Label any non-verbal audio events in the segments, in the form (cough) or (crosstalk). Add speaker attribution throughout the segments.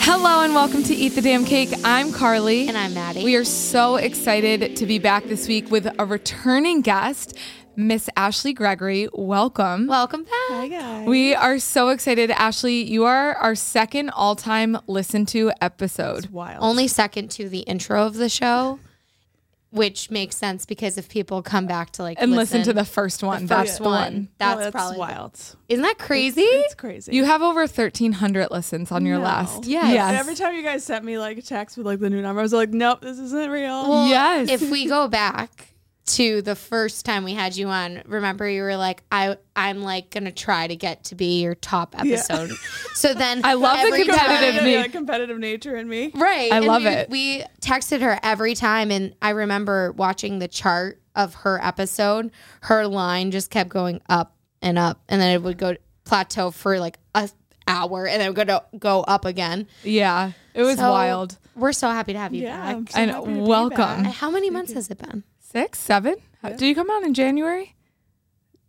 Speaker 1: Hello and welcome to Eat the Damn Cake. I'm Carly.
Speaker 2: And I'm Maddie.
Speaker 1: We are so excited to be back this week with a returning guest, Miss Ashley Gregory. Welcome.
Speaker 2: Welcome back. Hi
Speaker 1: guys. We are so excited. Ashley, you are our second all time listen to episode.
Speaker 3: Wild.
Speaker 2: Only second to the intro of the show, which makes sense because if people come back to like
Speaker 1: And listen, to the first one. Oh, That's
Speaker 2: first
Speaker 1: the
Speaker 2: one,
Speaker 1: one.
Speaker 2: that's,
Speaker 3: No,
Speaker 2: probably
Speaker 3: wild.
Speaker 2: Isn't that crazy?
Speaker 3: It's crazy.
Speaker 1: You have over 1,300 listens on your last.
Speaker 2: Yes.
Speaker 3: And every time you guys sent me like a text with like the new number, I was like, nope, this isn't real.
Speaker 2: Well,
Speaker 1: Yes.
Speaker 2: If we go back to the first time we had you on, remember you were like, I I'm like gonna try to get to be your top episode. So then
Speaker 1: (laughs) I love the
Speaker 2: every
Speaker 3: (laughs)
Speaker 2: time-
Speaker 1: competitive
Speaker 3: Yeah,
Speaker 1: me.
Speaker 3: yeah, competitive nature in me.
Speaker 2: Right.
Speaker 1: I
Speaker 2: and
Speaker 1: love
Speaker 2: we-
Speaker 1: it.
Speaker 2: We texted her every time and I remember watching the chart of her episode. Her line just kept going up and up and then it would go plateau for like a hour and then it would go to, go up again.
Speaker 1: Yeah. It was
Speaker 2: So,
Speaker 1: wild.
Speaker 2: We're so happy to have you
Speaker 3: Yeah. I'm
Speaker 2: back.
Speaker 3: so
Speaker 1: And
Speaker 3: happy to be
Speaker 1: welcome.
Speaker 3: back.
Speaker 2: Uh, How many months has it been?
Speaker 1: Six, seven? Do you come out in January?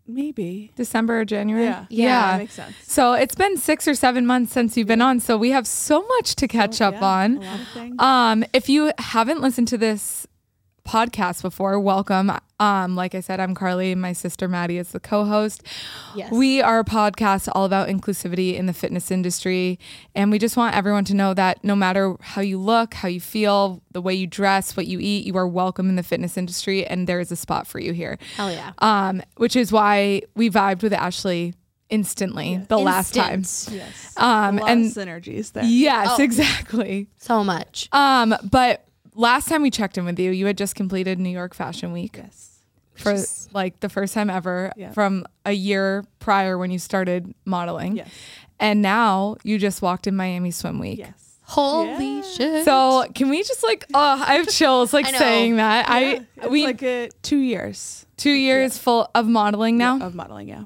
Speaker 3: Maybe.
Speaker 1: December or January?
Speaker 3: Yeah.
Speaker 2: Yeah,
Speaker 3: that makes sense.
Speaker 1: So it's been six or seven months since you've been on, so we have so much to catch up
Speaker 3: Oh, Yeah, A
Speaker 1: on.
Speaker 3: lot of things.
Speaker 1: Um, if you haven't listened to this podcast before, welcome. Um, like I said, I'm Carly. My sister Maddie is the co-host.
Speaker 2: Yes.
Speaker 1: We are a podcast all about inclusivity in the fitness industry, and we just want everyone to know that no matter how you look, how you feel, the way you dress, what you eat, you are welcome in the fitness industry, and there is a spot for you here.
Speaker 2: Hell yeah.
Speaker 1: Um, which is why we vibed with Ashley instantly the last time.
Speaker 2: Instant.
Speaker 3: yes.
Speaker 1: Um,
Speaker 3: a lot
Speaker 1: and
Speaker 3: of synergies there.
Speaker 1: yes, exactly.
Speaker 2: So much.
Speaker 1: Um, but last time we checked in with you, you had just completed New York Fashion Week
Speaker 3: Yes.
Speaker 1: for like the first time ever
Speaker 3: Yeah.
Speaker 1: from a year prior when you started modeling.
Speaker 3: Yes.
Speaker 1: And now you just walked in Miami Swim Week.
Speaker 3: Yes.
Speaker 2: Holy shit.
Speaker 1: So can we just like oh I have chills like
Speaker 3: (laughs)
Speaker 2: I know.
Speaker 1: saying that I
Speaker 3: It's
Speaker 1: we
Speaker 3: like a, two years
Speaker 1: two years full of modeling now
Speaker 3: of modeling, yeah.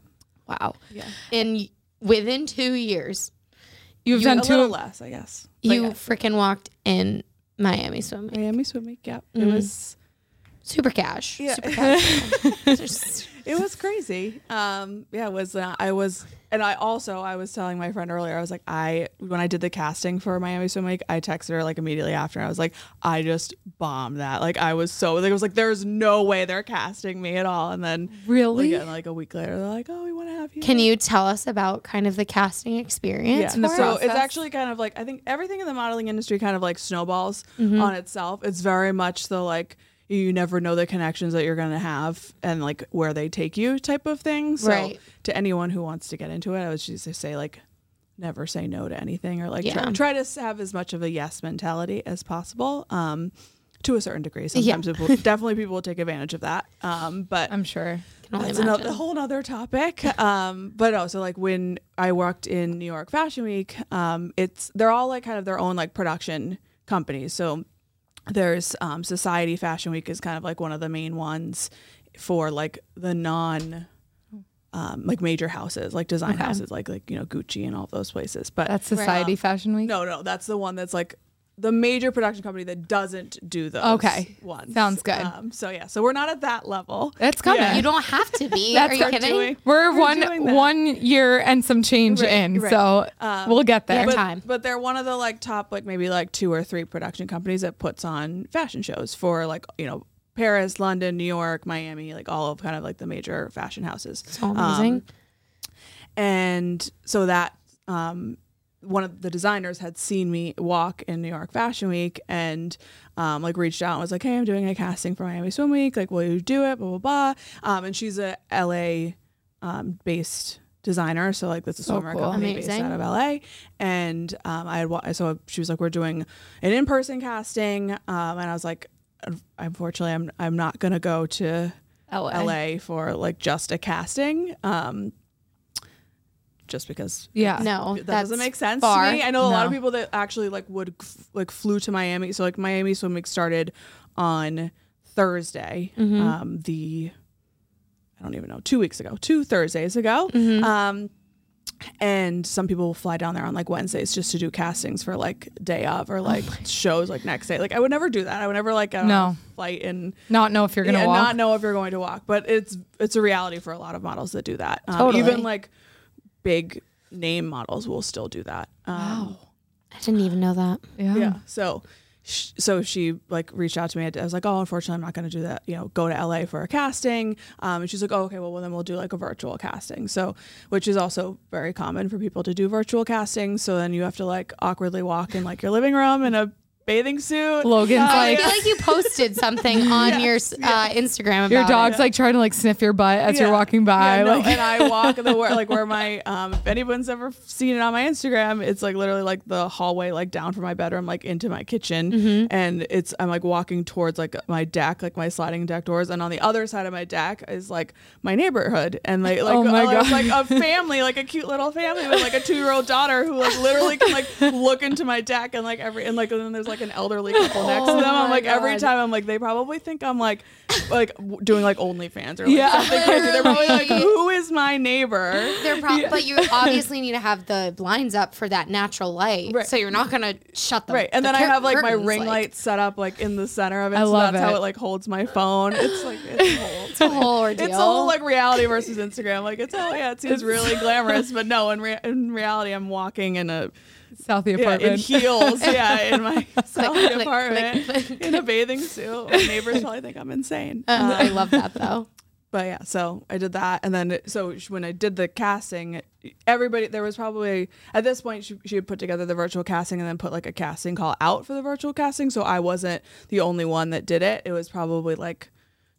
Speaker 1: wow
Speaker 3: Yeah.
Speaker 2: in within 2 years,
Speaker 1: you've
Speaker 3: A
Speaker 1: done
Speaker 3: little
Speaker 1: two
Speaker 3: less, I guess.
Speaker 2: you freaking walked in Miami swimming.
Speaker 3: Miami swim week, yeah. It
Speaker 1: Mm-hmm.
Speaker 3: was
Speaker 2: Super cash.
Speaker 3: Yeah. (laughs)
Speaker 2: Super cash. Just-
Speaker 3: it was crazy. Um, yeah, it was. Uh, I was, and I also I was telling my friend earlier. I was like, I when I did the casting for Miami Swim Week, I texted her like immediately after. And I was like, I just bombed that. Like I was so like I was like, there's no way they're casting me at all. And then
Speaker 1: Really?
Speaker 3: like, and, like a week later, they're like, oh, we want to have you.
Speaker 2: Can you tell us about kind of the casting experience?
Speaker 1: the
Speaker 3: so
Speaker 1: process?
Speaker 3: it's actually kind of like I think everything in the modeling industry kind of like snowballs on itself. It's very much the like you never know the connections that you're going to have and like where they take you type of thing. So
Speaker 2: Right.
Speaker 3: to anyone who wants to get into it, I would just say like never say no to anything or like
Speaker 2: Yeah.
Speaker 3: try, try to s- have as much of a yes mentality as possible. Um to a certain degree, sometimes people, definitely people will take advantage of that. Um, but
Speaker 1: I'm sure
Speaker 2: Can only
Speaker 3: that's
Speaker 2: imagine.
Speaker 3: another whole other topic. Um, but also like when I worked in New York Fashion Week, um, it's they're all like kind of their own like production companies. So there's um, Society Fashion Week is kind of like one of the main ones for like the non um, like major houses, like design houses, like like you know Gucci and all those places. But
Speaker 1: that's Society Fashion Week.
Speaker 3: no, no, that's the one that's like the major production company that doesn't do those.
Speaker 1: Okay.
Speaker 3: ones
Speaker 1: Sounds good.
Speaker 3: Um, so yeah, so we're not at that level.
Speaker 1: That's coming.
Speaker 3: Yeah.
Speaker 2: You don't have to
Speaker 3: (laughs)
Speaker 2: be.
Speaker 1: That's
Speaker 2: Are you
Speaker 1: what I'm
Speaker 2: kidding?
Speaker 3: doing.
Speaker 1: We're,
Speaker 3: We're doing
Speaker 1: one
Speaker 3: that.
Speaker 1: one year and some change
Speaker 3: Right,
Speaker 1: in,
Speaker 3: right. Um,
Speaker 1: so we'll get there.
Speaker 2: But-
Speaker 3: but,
Speaker 2: time.
Speaker 3: But they're one of the like top like maybe like two or three production companies that puts on fashion shows for like you know Paris, London, New York, Miami, like all of kind of like the major fashion houses.
Speaker 2: So amazing.
Speaker 3: Um, and so that um, one of the designers had seen me walk in New York Fashion Week and um, like reached out and was like, "Hey, I'm doing a casting for Miami Swim Week. Like, will you do it?" Blah blah blah. Um, and she's a LA um, based designer, so like that's a swimmer
Speaker 1: cool.
Speaker 3: company based
Speaker 2: Amazing.
Speaker 3: out of LA. And um, I had wa- so she was like, "We're doing an in person casting," um, and I was like, "Unfortunately, I'm I'm not gonna go to."
Speaker 1: LA.
Speaker 3: LA for like just a casting. Um, just because
Speaker 1: Yeah.
Speaker 2: no,
Speaker 3: that
Speaker 2: that's
Speaker 3: doesn't make sense
Speaker 2: far.
Speaker 3: to me. I know a lot of
Speaker 1: No.
Speaker 3: people that actually like would f- like flew to Miami. So like Miami Swim Week started on Thursday. Um, the I don't even know two weeks ago, two Thursdays ago. Um, and some people will fly down there on like Wednesdays just to do castings for like day of or like shows like next day. Like I would never do that. I would never like I don't
Speaker 1: No.
Speaker 3: know, flight and
Speaker 1: Not know if you're gonna
Speaker 3: yeah,
Speaker 1: walk.
Speaker 3: not know if you're going to walk. But it's it's a reality for a lot of models that do that. Um,
Speaker 2: Totally.
Speaker 3: Even like big name models will still do that. Um, wow.
Speaker 2: I didn't even know that.
Speaker 1: Yeah.
Speaker 3: Yeah. So, sh- so she like reached out to me. I was like, oh, unfortunately, I'm not going to do that. You know, go to LA for a casting. Um, and she's like, oh, okay, well, well, then we'll do like a virtual casting. So, which is also very common for people to do virtual castings. So then you have to like awkwardly walk in like your living room in a bathing suit. Uh,
Speaker 1: Logan's
Speaker 2: I
Speaker 1: like
Speaker 2: feel like you posted something
Speaker 3: (laughs)
Speaker 2: on your uh, Instagram about
Speaker 1: your dog's
Speaker 2: it.
Speaker 1: like trying to like sniff your butt as you're
Speaker 3: Yeah.
Speaker 1: walking by.
Speaker 3: Yeah, no,
Speaker 1: like (laughs)
Speaker 3: and I walk in the wor- like where my um if anyone's ever seen it on my Instagram, it's like literally like the hallway like down from my bedroom like into my kitchen
Speaker 1: Mm-hmm.
Speaker 3: and it's I'm like walking towards like my deck, like my sliding deck doors and on the other side of my deck is like my neighborhood and like like
Speaker 1: Oh my
Speaker 3: like,
Speaker 1: God. (laughs)
Speaker 3: like a family, like a cute little family with like a 2-year-old daughter who like literally
Speaker 1: (laughs)
Speaker 3: can like look into my deck and like every and like and then there's like an
Speaker 1: (laughs)
Speaker 3: elderly couple next to
Speaker 2: Oh
Speaker 3: them.
Speaker 2: my
Speaker 3: I'm like every
Speaker 2: God.
Speaker 3: time I'm like they probably think I'm like like w- doing like OnlyFans or like
Speaker 1: Yeah.
Speaker 3: something
Speaker 2: (laughs)
Speaker 3: crazy. They're probably like
Speaker 2: Literally.
Speaker 3: who is my neighbor?
Speaker 2: They're prob- But
Speaker 3: (laughs)
Speaker 2: you obviously need to have the blinds up for that natural light.
Speaker 3: Right.
Speaker 2: So you're not going to shut them.
Speaker 3: Right. And
Speaker 2: the
Speaker 3: then I
Speaker 2: cur-
Speaker 3: have like my
Speaker 2: curtains,
Speaker 3: ring
Speaker 2: like- (laughs)
Speaker 3: light set up like in the center of it.
Speaker 1: I
Speaker 3: so
Speaker 1: love
Speaker 3: that's how
Speaker 1: it.
Speaker 3: it like holds my phone. It's like it's a
Speaker 2: (laughs)
Speaker 3: whole
Speaker 2: It's a whole ordeal.
Speaker 3: (laughs) It's a whole like reality versus Instagram. Like it's oh yeah, it
Speaker 2: (laughs)
Speaker 3: seems really glamorous, but no, in, rea- in reality, I'm walking in a
Speaker 1: Southie
Speaker 3: yeah, in
Speaker 1: apartment.
Speaker 2: (laughs)
Speaker 3: heels, yeah, in my
Speaker 2: click,
Speaker 3: selfie
Speaker 2: click,
Speaker 3: apartment
Speaker 2: click.
Speaker 3: in a bathing suit. My neighbors probably think I'm insane.
Speaker 2: Uh, I
Speaker 3: Um,
Speaker 2: love that
Speaker 3: (laughs)
Speaker 2: though.
Speaker 3: but yeah, so I did that, and then so sh- when I did the casting, everybody there was probably at this point she, she had put together the virtual casting and then put like a casting call out for the virtual casting. So I wasn't the only one that did it. It was probably like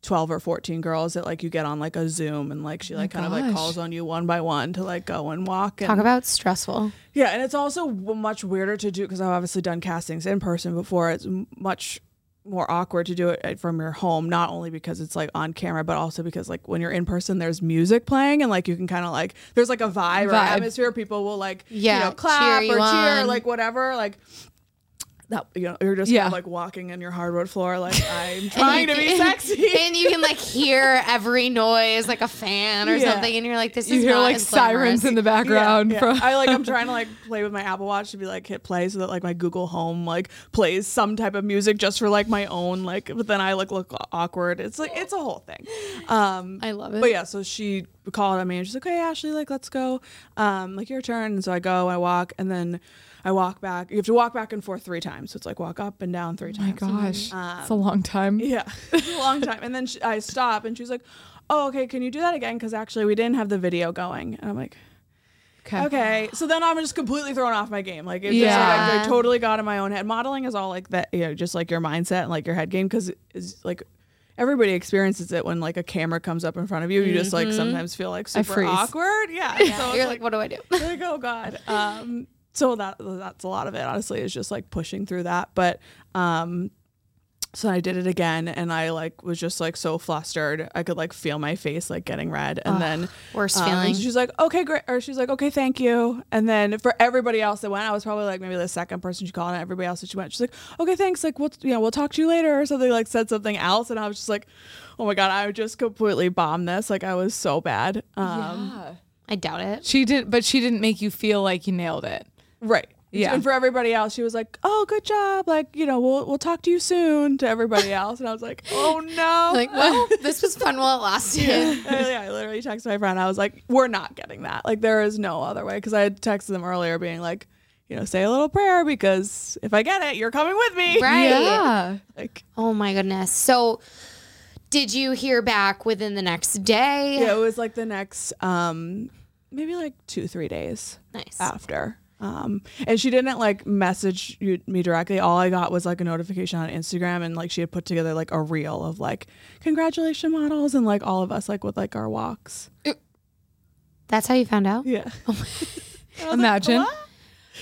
Speaker 3: twelve or fourteen girls that like you get on like a Zoom and like she like kind of
Speaker 1: gosh.
Speaker 3: like calls on you one by one to like go and walk. And,
Speaker 2: Talk about stressful.
Speaker 3: yeah, and it's also w- much weirder to do because I've obviously done castings in person before. It's m- much more awkward to do it at- from your home, not only because it's like on camera, but also because like when you're in person, there's music playing and like you can kind of like there's like a vibe, or
Speaker 1: Vibe.
Speaker 3: atmosphere. People will like
Speaker 2: Yeah,
Speaker 3: you know, clap
Speaker 2: cheer you
Speaker 3: or cheer,
Speaker 2: on.
Speaker 3: like whatever, like. That, you know, you're just
Speaker 1: Yeah.
Speaker 3: kind of like walking in your hardwood floor, like
Speaker 2: (laughs)
Speaker 3: I'm trying to be sexy.
Speaker 2: and you can like hear every noise, like a fan or
Speaker 3: Yeah.
Speaker 2: something, and you're like, this
Speaker 1: You
Speaker 2: is
Speaker 1: hear
Speaker 2: not
Speaker 1: like
Speaker 2: as glamorous.
Speaker 1: sirens in the background
Speaker 3: Yeah, yeah. (laughs)
Speaker 1: from
Speaker 3: I like
Speaker 1: (laughs)
Speaker 3: I'm trying to like play with my Apple Watch to be like hit play so that like my Google Home like plays some type of music just for like my own like but then I like look awkward. It's like it's a whole thing. Um
Speaker 2: I love it.
Speaker 3: But yeah, so she called on me and she's like, "Hey Ashley, like let's go. Um like your turn." And so I go, I walk and then I walk back. You have to walk back and forth 3 times. So it's like walk up and down 3
Speaker 1: Oh my
Speaker 3: times.
Speaker 1: gosh.
Speaker 2: Um,
Speaker 1: it's a long time.
Speaker 3: Yeah, (laughs) it's a long time. And then she, I stop, and she's like, "Oh, okay, can you do that again? Because actually, we didn't have the video going." And I'm like,
Speaker 1: Okay.
Speaker 3: "Okay." So then I'm just completely thrown off my game. Like, it's just like I- I,
Speaker 2: Yeah.
Speaker 3: totally got in my own head. Modeling is all like that, you know, just like your mindset and like your head game, because it's like. Everybody experiences it when like a camera comes up in front of you. You just like sometimes feel like super
Speaker 1: freeze.
Speaker 3: awkward. Yeah. So it's
Speaker 2: you're like, what do I do?
Speaker 3: like oh god um so that that's a lot of it honestly is just like pushing through that but um so i did it again and i like was just like so flustered i could like feel my face like getting red and then
Speaker 2: Worst
Speaker 3: um,
Speaker 2: feeling.
Speaker 3: she's like okay great or she's like okay thank you and then for everybody else that went i was probably like maybe the second person she called and everybody else that she went she's like okay thanks like we'll you know we'll talk to you later or something like said something else and i was just like oh my god i just completely bombed this like i was so bad um
Speaker 2: I doubt it.
Speaker 1: She did but she didn't make you feel like you nailed it.
Speaker 3: Right.
Speaker 1: Yeah.
Speaker 3: And for everybody else, she was like, "Oh, good job! Like, you know, we'll we'll talk to you soon." To everybody else, and I was like, "Oh no!"
Speaker 2: Like, well, this was fun while it lasted.
Speaker 3: I, yeah, I literally texted my friend. I was like, "We're not getting that. Like, there is no other way." Because I had texted them earlier, being like, "You know, say a little prayer because if I get it, you're coming with me."
Speaker 2: (laughs) Right.
Speaker 1: Yeah.
Speaker 3: Like,
Speaker 2: Oh my goodness. So, did you hear back within the next day?
Speaker 3: yeah, it was like the next, um, maybe like two three days.
Speaker 2: Nice.
Speaker 3: after. Um, and she didn't like message you, me directly. All I got was like a notification on Instagram, and like she had put together like a reel of like congratulations models and like all of us like with like our walks.
Speaker 2: That's how you found out.
Speaker 3: (laughs) Yeah,
Speaker 1: Imagine.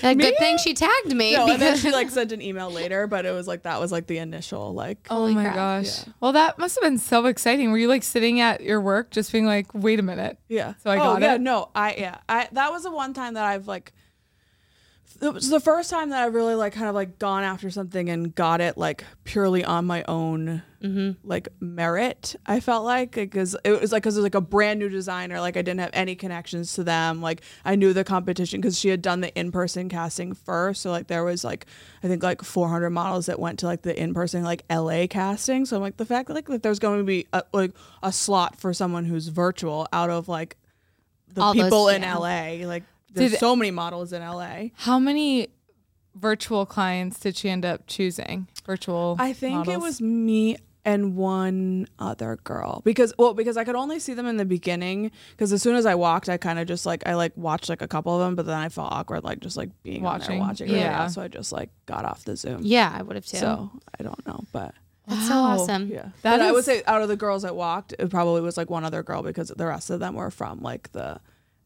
Speaker 2: Like, good thing she tagged me.
Speaker 3: no, and then
Speaker 2: because
Speaker 3: she like sent an email later, but it was like that was like the initial like.
Speaker 1: Oh
Speaker 2: Holy
Speaker 1: my
Speaker 2: crap.
Speaker 1: gosh. Well, that must have been so exciting. Were you like sitting at your work just being like, wait a minute?
Speaker 3: Yeah.
Speaker 1: So I
Speaker 3: oh,
Speaker 1: got
Speaker 3: yeah,
Speaker 1: it?
Speaker 3: No, I yeah. I that was the one time that I've like it was the first time that I really like kind of like gone after something and got it like purely on my own
Speaker 1: Mm-hmm.
Speaker 3: like merit. I felt like because it was like because it was like a brand new designer. Like I didn't have any connections to them. Like I knew the competition because she had done the in person casting first. So like there was like I think like 400 models that went to like the in person like LA casting. So I'm like the fact that like that there's going to be a, like a slot for someone who's virtual out of like the
Speaker 2: All those-
Speaker 3: people in
Speaker 2: yeah.
Speaker 3: LA. Like there's
Speaker 1: Did-
Speaker 3: so many models in LA.
Speaker 1: How many virtual clients did she end up choosing? Virtual.
Speaker 3: I think it
Speaker 1: models?
Speaker 3: was me and one other girl because well because I could only see them in the beginning because as soon as I walked I kind of just like I like watched like a couple of them but then I felt awkward like just like being watching
Speaker 1: Watching.
Speaker 3: watching right
Speaker 1: Yeah.
Speaker 3: now, so I just like got off the
Speaker 2: (laughs)
Speaker 3: Zoom
Speaker 2: Yeah, I would have too.
Speaker 3: so I don't know but
Speaker 2: That's so
Speaker 1: Wow.
Speaker 2: awesome.
Speaker 3: yeah
Speaker 1: That
Speaker 3: but I would
Speaker 1: is-
Speaker 3: say out of the girls that walked it probably was like one other girl because the rest of them were from like the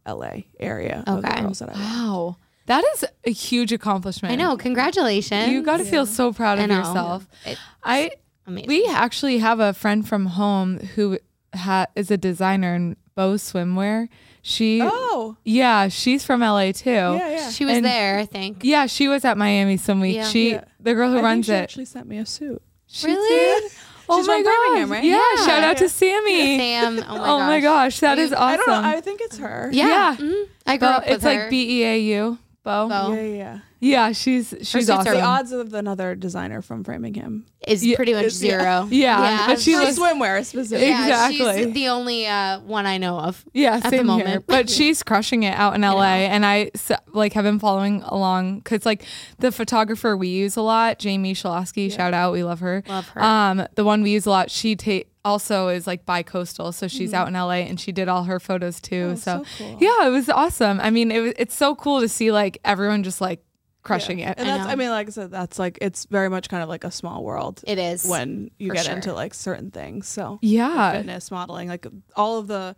Speaker 3: LA area of the
Speaker 2: Okay.
Speaker 1: (gasps)
Speaker 3: girls that I walked.
Speaker 1: Wow. That is a huge accomplishment.
Speaker 2: I know. Congratulations.
Speaker 1: You got to feel so proud
Speaker 2: I
Speaker 1: of
Speaker 2: know.
Speaker 1: yourself.
Speaker 2: It-
Speaker 1: I
Speaker 2: Amazing.
Speaker 1: we actually have a friend from home who ha- is a designer in Bow swimwear. She
Speaker 3: oh
Speaker 1: Yeah, she's from LA too.
Speaker 3: yeah yeah
Speaker 2: she was
Speaker 1: and-
Speaker 2: there, I think.
Speaker 1: Yeah, she was at Miami some week.
Speaker 2: Yeah.
Speaker 1: She
Speaker 3: Yeah.
Speaker 1: the girl who
Speaker 3: I think
Speaker 1: runs
Speaker 3: she
Speaker 1: it.
Speaker 3: actually sent me a suit
Speaker 1: She
Speaker 2: Really?
Speaker 1: did? Oh
Speaker 3: She's
Speaker 1: my
Speaker 3: from Birmingham,
Speaker 1: gosh.
Speaker 3: right?
Speaker 1: Yeah,
Speaker 2: Yeah.
Speaker 1: shout out to Sammy.
Speaker 2: Sam. Oh my
Speaker 1: (laughs) oh my gosh, that
Speaker 2: You-
Speaker 1: is
Speaker 3: I
Speaker 1: awesome.
Speaker 3: don't know I think it's her
Speaker 2: Yeah.
Speaker 1: Yeah.
Speaker 2: mhm. I grew
Speaker 1: Bo-
Speaker 2: up with
Speaker 1: it's
Speaker 2: her.
Speaker 1: like B E A U. Bo.
Speaker 2: Bo.
Speaker 3: yeah yeah, yeah.
Speaker 1: Yeah, she's she's
Speaker 2: suits are
Speaker 1: awesome.
Speaker 2: Um,
Speaker 3: the odds of another designer from Framingham
Speaker 2: is
Speaker 1: Yeah,
Speaker 2: pretty much
Speaker 3: it's- yeah.
Speaker 2: zero.
Speaker 1: Yeah, but she
Speaker 2: so-
Speaker 3: for
Speaker 1: looks-
Speaker 3: swimwear specifically.
Speaker 2: yeah,
Speaker 1: Exactly.
Speaker 2: she's the only uh, one I know of.
Speaker 1: Yeah,
Speaker 2: the
Speaker 1: same here.
Speaker 2: moment.
Speaker 1: But she's crushing it out in LA, and I s- like have been following along because like the photographer we use a lot, Jamie Shalosky, shout out, we love her.
Speaker 2: Love her.
Speaker 1: Um, the one we use a lot, she ta- also is like bi-coastal, so she's
Speaker 2: Mm-hmm.
Speaker 1: out in LA, and she did all her photos
Speaker 2: Oh,
Speaker 1: too. so
Speaker 3: Oh, so cool.
Speaker 1: yeah, it was awesome. I mean, it was, it's so cool to see like everyone just like crushing it.
Speaker 3: And that's, I,
Speaker 2: know.
Speaker 3: mean, like I said, that's like, it's very much kind of like a small world
Speaker 2: It is.
Speaker 3: when you
Speaker 2: for
Speaker 3: get
Speaker 2: sure.
Speaker 3: into like certain things. So,
Speaker 1: yeah,
Speaker 3: fitness modeling, like all of the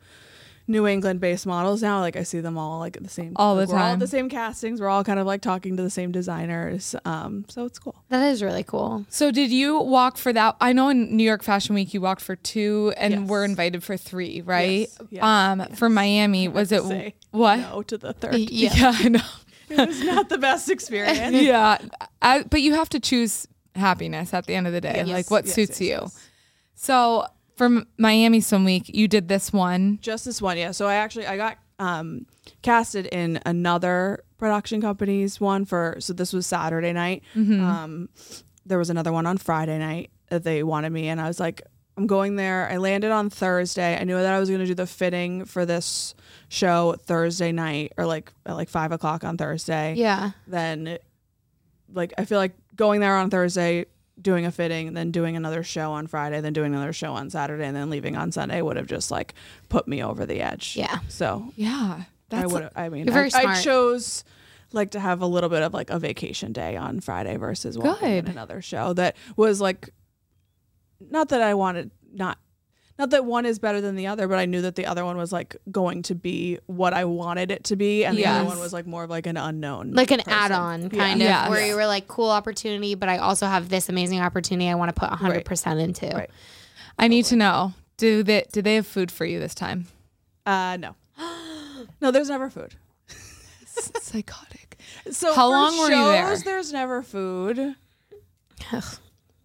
Speaker 3: New England based models now, like I see them all like at the same,
Speaker 1: All the
Speaker 3: like, we're all at
Speaker 1: time.
Speaker 3: the same castings. We're all kind of like talking to the same designers. Um, so it's cool.
Speaker 2: That is really cool.
Speaker 1: So did you walk for that? I know in New York Fashion Week you walked for two, and
Speaker 3: Yes.
Speaker 1: were invited for three, right?
Speaker 3: Yes, yes,
Speaker 1: um, for Miami, was it
Speaker 3: Say
Speaker 1: what? (laughs)
Speaker 3: No to the third.
Speaker 2: Yeah.
Speaker 1: I know.
Speaker 3: it was not the best (laughs) experience.
Speaker 1: yeah, I, but you have to choose happiness at the end of the day, like what
Speaker 3: yes,
Speaker 1: suits
Speaker 3: yes,
Speaker 1: you.
Speaker 3: yes.
Speaker 1: So from Miami Swim Week, you did this one.
Speaker 3: just this one yeah so i actually i got um casted in another production company's one for so this was saturday night
Speaker 1: Mm-hmm.
Speaker 3: um there was another one on friday night that they wanted me and i was like i'm going there i landed on thursday i knew that i was going to do the fitting for this show thursday night or like at like five o'clock on thursday
Speaker 2: Yeah.
Speaker 3: then like I feel like going there on Thursday, doing a fitting, then doing another show on Friday, then doing another show on Saturday, and then leaving on Sunday would have just like put me over the edge.
Speaker 2: Yeah.
Speaker 3: So
Speaker 1: Yeah,
Speaker 3: I
Speaker 1: that's
Speaker 3: would. I mean,
Speaker 2: You're very
Speaker 3: I, I
Speaker 2: smart.
Speaker 3: chose like to have a little bit of like a vacation day on Friday versus walking in
Speaker 1: Good.
Speaker 3: another show that was like not that I wanted not. Not that one is better than the other, but I knew that the other one was like going to be what I wanted it to be, and the
Speaker 1: Yes.
Speaker 3: other one was like more of like an unknown,
Speaker 2: Like an
Speaker 3: person.
Speaker 2: add on
Speaker 3: Yeah.
Speaker 2: kind
Speaker 1: Yeah.
Speaker 2: of where
Speaker 1: Yeah.
Speaker 2: you were like, cool opportunity, but I also have this amazing opportunity I want to put 100% into.
Speaker 3: Right.
Speaker 1: I need to know. Do they do they have food for you this time?
Speaker 3: Uh, no. (gasps) no, there's never food.
Speaker 1: Psychotic.
Speaker 3: So
Speaker 1: How
Speaker 3: for
Speaker 1: long were you there?
Speaker 3: shows, There's never food.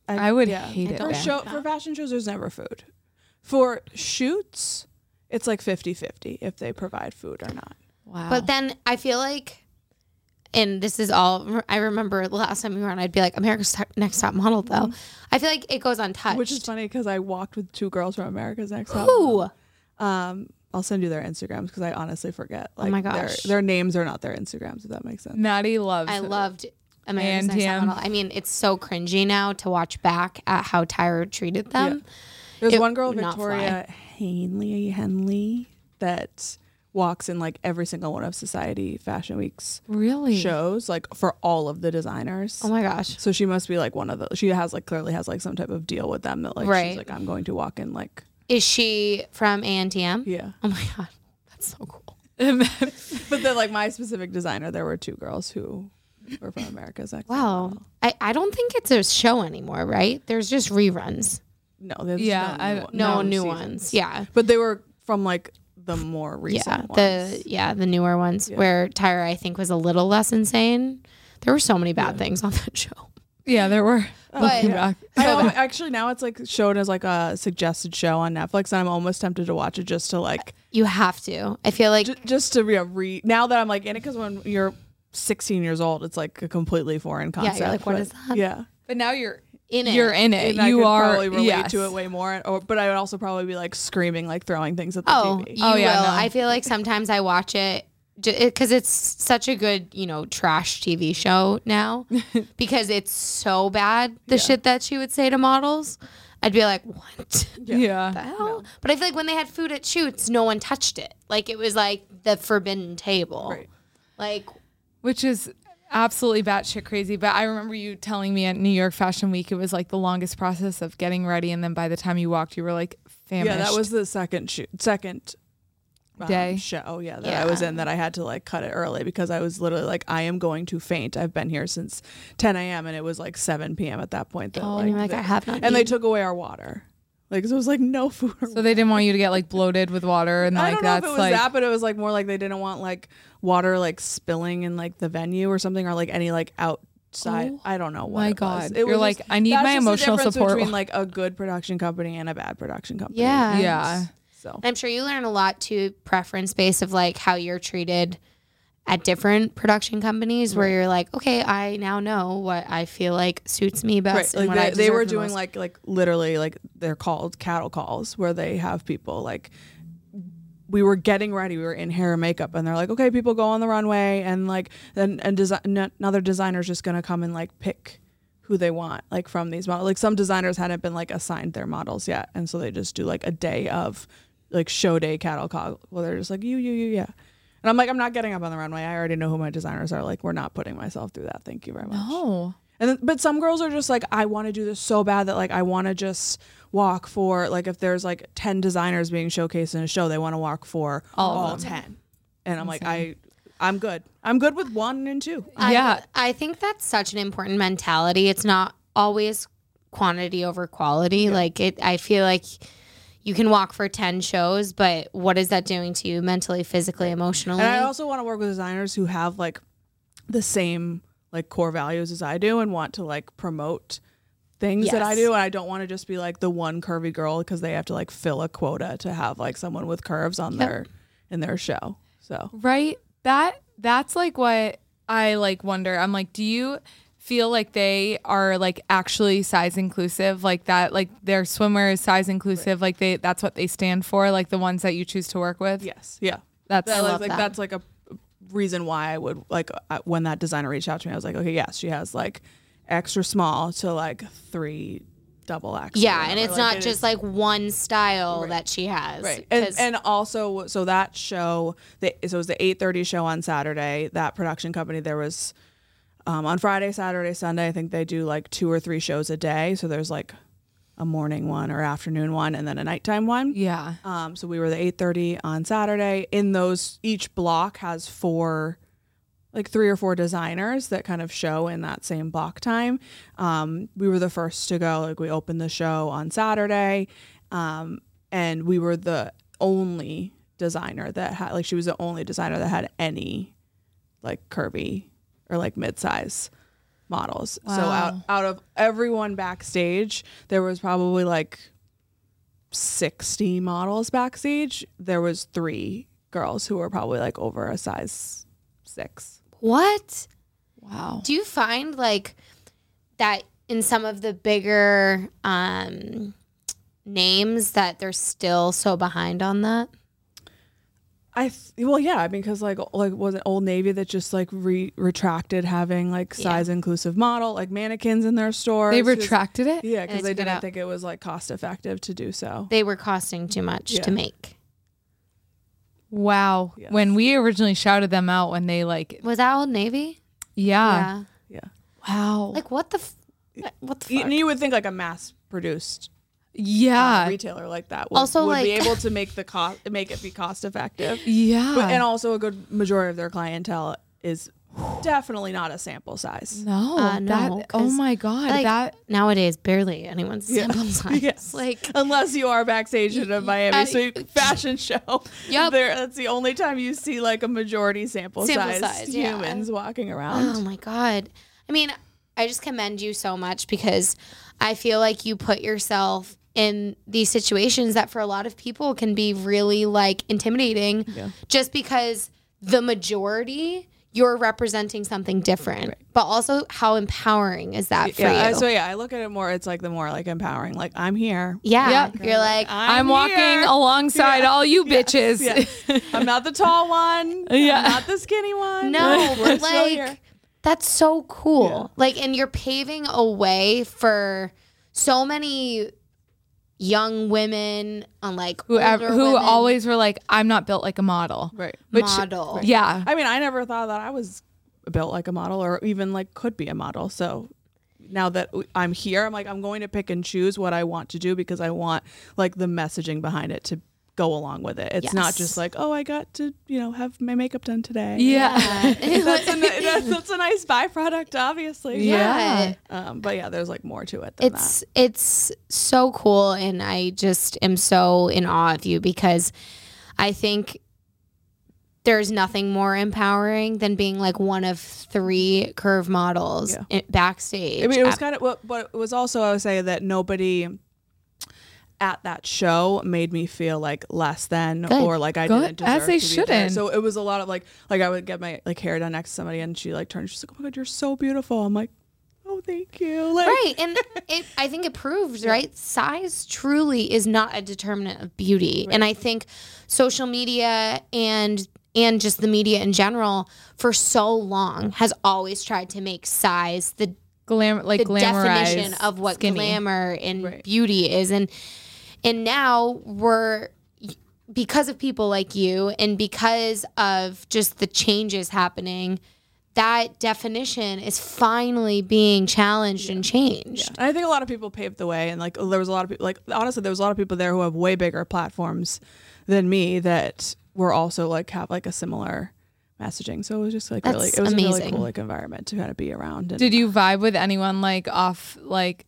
Speaker 1: I would hate it
Speaker 3: For
Speaker 1: there.
Speaker 3: show for fashion shows, there's never food. For shoots, it's like 50-50 if they provide food or not.
Speaker 1: Wow.
Speaker 2: But then I feel like, and this is all I remember the last time we were on, I'd be like, America's Top- Next Top Model, though.
Speaker 1: Mm-hmm.
Speaker 2: I feel like it goes untouched.
Speaker 3: Which is funny because I walked with two girls from America's Next Top.
Speaker 2: Ooh.
Speaker 3: Um, I'll send you their Instagrams because I honestly forget. Like,
Speaker 2: Oh my
Speaker 3: their-
Speaker 2: gosh. Mm.
Speaker 3: Their, names are not their Instagrams, if that makes sense.
Speaker 1: Maddie loves.
Speaker 2: I
Speaker 1: it.
Speaker 2: loved America's
Speaker 1: And
Speaker 2: Next Top
Speaker 1: him.
Speaker 2: Model. I mean, it's so cringy now to watch back at how Tyra treated them.
Speaker 3: There's
Speaker 2: It
Speaker 3: one girl,
Speaker 2: would not
Speaker 3: Victoria Hanley, Henley, that walks in like every single one of Society Fashion Week's
Speaker 1: Really? (laughs)
Speaker 3: shows like for all of the designers.
Speaker 2: Oh my gosh.
Speaker 3: so she must be like one of the she has like clearly has like some type of deal with them that like
Speaker 2: Right.
Speaker 3: she's like I'm going to walk in like
Speaker 2: (laughs) Is she from ANTM?
Speaker 3: yeah.
Speaker 2: Oh my God. That's so cool.
Speaker 3: But then like my specific designer there were two girls who were from America's Next Top
Speaker 2: Wow.
Speaker 3: Model.
Speaker 2: I, I don't think it's a show anymore, right? There's just reruns,
Speaker 3: No, there's
Speaker 1: Yeah,
Speaker 3: no,
Speaker 1: I-
Speaker 3: new one-
Speaker 2: no, new
Speaker 3: seasons.
Speaker 2: ones. Yeah.
Speaker 3: But they were from like the more recent
Speaker 2: Yeah.
Speaker 3: ones.
Speaker 2: The yeah, the newer ones where Tyra I think was a little less insane. There were so many bad things on that (laughs) show.
Speaker 1: Yeah, there were.
Speaker 2: But-
Speaker 1: Yeah.
Speaker 3: I al- actually now it's like shown as like a suggested show on Netflix, and I'm almost tempted to watch it just to like
Speaker 2: You have to. I feel like
Speaker 3: j- just to re-, re now that I'm like in it because when you're 16 years old, it's like a completely foreign
Speaker 2: you're
Speaker 3: concept.
Speaker 2: like, what
Speaker 3: but-
Speaker 2: is that?
Speaker 3: Yeah,
Speaker 1: But now you're
Speaker 2: in it.
Speaker 1: you're in it.
Speaker 3: and I
Speaker 1: you
Speaker 3: could
Speaker 1: are
Speaker 3: probably relate
Speaker 1: yes.
Speaker 3: to it way more. Or, but I would also probably be like screaming, like throwing things at the
Speaker 2: Oh,
Speaker 3: TV.
Speaker 2: you
Speaker 1: Oh, yeah,
Speaker 2: will.
Speaker 1: no.
Speaker 2: I feel like sometimes I watch it because it's such a good you know trash TV show
Speaker 1: (laughs)
Speaker 2: now because it's so bad the shit that she would say to models. I'd be like, what?
Speaker 1: Yeah.
Speaker 2: (laughs) the hell? But I feel like when they had food at shoots, no one touched it. Like it was like the forbidden table.
Speaker 3: Right.
Speaker 2: Like
Speaker 1: Which is absolutely batshit crazy. But I remember you telling me at New York Fashion Week it was like the longest process of getting ready. And then by the time you walked, you were like famished.
Speaker 3: Yeah, that was the second shoot, second um,
Speaker 1: Day.
Speaker 3: show. Yeah, that I was
Speaker 2: Yeah.
Speaker 3: in that I had to like cut it early because I was literally like, I am going to faint. I've been here since 10 a.m. and it was like 7 p.m. at that point. That,
Speaker 2: Oh,
Speaker 3: like,
Speaker 2: and you're like,
Speaker 3: they-
Speaker 2: I have not
Speaker 3: And they
Speaker 2: eaten.
Speaker 3: took away our water. Like, so it was like no (laughs) food. or
Speaker 1: So they didn't want you to get like bloated with water and
Speaker 3: I
Speaker 1: like
Speaker 3: don't know if
Speaker 1: that's
Speaker 3: it was
Speaker 1: like
Speaker 3: that, but it was like more like they didn't want like water like spilling in like the venue or something, or like any like outside.
Speaker 1: Oh
Speaker 3: I don't know what.
Speaker 1: my
Speaker 3: it was.
Speaker 1: God.
Speaker 3: It
Speaker 1: You're
Speaker 3: was
Speaker 1: like, I need
Speaker 3: that's
Speaker 1: my
Speaker 3: just the
Speaker 1: emotional
Speaker 3: difference
Speaker 1: support.
Speaker 3: between like a good production company and a bad production company.
Speaker 2: Yeah.
Speaker 1: Yeah.
Speaker 3: So
Speaker 2: I'm sure you learn a lot too, preference based of like how you're treated at different production companies, where you're like, okay, I now know what I feel like suits me
Speaker 3: right,
Speaker 2: best. and
Speaker 3: like
Speaker 2: what I
Speaker 3: they, they
Speaker 2: deserve
Speaker 3: were
Speaker 2: the
Speaker 3: doing
Speaker 2: most.
Speaker 3: like like literally like they're called cattle calls where they have people like we were getting ready we were in hair and makeup and they're like okay people go on the runway and like then and design n- another designer's just gonna come and like pick who they want like from these models like some designers hadn't been like assigned their models yet and so they just do like a day of like show day cattle call well they're just like you you you yeah and I'm like I'm not getting up on the runway I already know who my designers are like we're not putting myself through that thank you very much
Speaker 1: Oh.
Speaker 3: and then, but some girls are just like, I want to do this so bad that like I want to just walk for like if there's like ten designers being showcased in a show, they want to walk for all, ten. And I'm like, I, I'm good. I'm good with one and two.
Speaker 2: I-
Speaker 1: Yeah.
Speaker 2: I, think that's such an important mentality. It's not always quantity over quality. Like it, I feel like you can walk for 10 shows, but what is that doing to you mentally, physically, emotionally?
Speaker 3: And I also want to work with designers who have like the same like core values as I do and want to like promote things that I
Speaker 2: Yes.
Speaker 3: do. And I don't want to just be like the one curvy girl because they have to like fill a quota to have like someone with curves on their in their show. So
Speaker 1: Right? That that's like what I like wonder. I'm like, do you feel like they are like actually size inclusive like that like their swimwear is size inclusive like they that's what they stand for like the ones that you choose to work with
Speaker 3: yes, yeah.
Speaker 1: that's
Speaker 3: that, like,
Speaker 2: love
Speaker 3: like,
Speaker 2: that.
Speaker 3: that's like a reason why I would like I- when that designer reached out to me, I was like, okay, yes, she has like extra small to like three double X. or
Speaker 2: yeah. And
Speaker 3: whatever.
Speaker 2: it's
Speaker 3: Like,
Speaker 2: not
Speaker 3: it
Speaker 2: just
Speaker 3: is-
Speaker 2: like one style that she has.
Speaker 3: Right. And,
Speaker 2: 'Cause-
Speaker 3: and also, so that show, the, so it was the eight thirty show on Saturday. That production company, there was um, on Friday, Saturday, Sunday. I think they do like two or three shows a day. So there's like a morning one or afternoon one, and then a nighttime one.
Speaker 1: yeah
Speaker 3: Um, so we were the 8:30 on Saturday. In those, each block has four, like three or four designers that kind of show in that same block time. Um, we were the first to go. Like we opened the show on Saturday, um, and we were the only designer that had like she was the only designer that had any like curvy or like mid-size models. So out out of everyone backstage, there was probably like 60 models backstage there was three girls who were probably like over a size six
Speaker 2: what?
Speaker 1: wow
Speaker 2: Do you find like that in some of the bigger um, names that they're still so behind on that?
Speaker 3: i th- well yeah because like like was it old navy that just like re- retracted having like size inclusive model like mannequins in their store
Speaker 1: they retracted it
Speaker 3: yeah because
Speaker 2: They
Speaker 3: they
Speaker 2: took it
Speaker 3: didn't
Speaker 2: out.
Speaker 3: think it was like cost effective to do so
Speaker 2: They were costing too much to
Speaker 3: Yeah.
Speaker 2: make.
Speaker 1: wow
Speaker 3: Yes.
Speaker 1: when we originally shouted them out when they like
Speaker 2: Was that Old Navy?
Speaker 1: yeah,
Speaker 3: yeah
Speaker 1: wow
Speaker 2: Like what the f- what the
Speaker 3: you,
Speaker 2: fuck?
Speaker 3: and you would think like a mass produced
Speaker 1: yeah
Speaker 3: retailer like that would,
Speaker 2: Also,
Speaker 3: would be
Speaker 2: like-
Speaker 3: able to make the cost make it be cost effective
Speaker 1: yeah
Speaker 3: But, and also a good majority of their clientele is definitely not a sample size.
Speaker 1: no,
Speaker 2: Uh, no,
Speaker 1: that oh
Speaker 2: 'cause,
Speaker 1: my god
Speaker 2: like,
Speaker 1: that
Speaker 2: nowadays barely anyone's
Speaker 3: Yeah.
Speaker 1: (laughs)
Speaker 2: sample size.
Speaker 3: Yes.
Speaker 2: Like
Speaker 3: Unless you are backstage at a Miami
Speaker 2: I-
Speaker 3: Sweep fashion show.
Speaker 2: Yup.
Speaker 3: There, that's the only time you see like a majority sample,
Speaker 2: Sample
Speaker 3: size,
Speaker 2: size, yeah.
Speaker 3: humans walking around.
Speaker 2: oh my god. I mean, I just commend you so much because I feel like you put yourself in these situations that for a lot of people can be really like intimidating just because the majority you're representing something different, but also how empowering is that for
Speaker 3: yeah.
Speaker 2: you?
Speaker 3: So yeah, I look at it more. It's like the more like empowering. Like I'm here.
Speaker 2: yeah,
Speaker 1: Yep.
Speaker 2: you're like,
Speaker 1: I'm, walking
Speaker 3: here. (laughs)
Speaker 1: alongside all you bitches.
Speaker 3: I'm not the
Speaker 2: (laughs)
Speaker 3: tall one.
Speaker 1: Yeah.
Speaker 3: I'm not the skinny one. (laughs)
Speaker 2: no,
Speaker 3: I'm
Speaker 2: but
Speaker 3: still here.
Speaker 2: like that's so cool. Like, and you're paving a way for so many young women on like
Speaker 1: who ev-
Speaker 2: older
Speaker 1: who
Speaker 2: women
Speaker 1: always were like, I'm not built like a model.
Speaker 3: right.
Speaker 1: Which
Speaker 2: model.
Speaker 1: yeah.
Speaker 3: I mean, I never thought that I was built like a model or even like could be a model. So now that w- I'm here, I'm like I'm going to pick and choose what I want to do because I want like the messaging behind it to go along with it. It's not
Speaker 2: Yes.
Speaker 3: just like, oh, I got to, you know, have my makeup done today.
Speaker 1: Yeah.
Speaker 3: (laughs)
Speaker 2: Uh,
Speaker 1: (laughs)
Speaker 3: That's a, ni- that's, that's a nice byproduct, obviously.
Speaker 2: yeah.
Speaker 1: Yeah.
Speaker 3: Um, but yeah, there's like more to it than
Speaker 2: it's it's so cool and i just am so in awe of you because i think there's nothing more empowering than being like one of three curve models
Speaker 3: Yeah.
Speaker 2: i- backstage
Speaker 3: that. I mean, it was
Speaker 2: at-
Speaker 3: kind of, what, but it was also, I would say that nobody at that show made me feel like less than
Speaker 2: Good.
Speaker 3: or like I
Speaker 1: Good.
Speaker 3: didn't deserve
Speaker 1: As they
Speaker 3: to be there.
Speaker 1: shouldn't.
Speaker 3: So it was a lot of like, like I would get my like hair done next to somebody and she like turned, she's like, oh my God, you're so beautiful. I'm like, oh, thank you. Like,
Speaker 2: right
Speaker 3: (laughs)
Speaker 2: and it, i think it proves right size truly is not a determinant of beauty and i think social media and and just the media in general for so long has always tried to make size the
Speaker 1: Glam like
Speaker 2: the
Speaker 1: glamorized
Speaker 2: definition of what
Speaker 1: skinny.
Speaker 2: glamour and
Speaker 3: Right.
Speaker 2: beauty is and and now we're because of people like you and because of just the changes happening that definition is finally being challenged and changed
Speaker 3: And I think a lot of people paved the way, and like there was a lot of people, like honestly, there was a lot of people there who have way bigger platforms than me that were also like have like a similar messaging. So it was just like really,
Speaker 2: That's
Speaker 3: it was a really
Speaker 2: amazing.
Speaker 3: cool like environment to kind of be around. And,
Speaker 1: Did you vibe with anyone like off like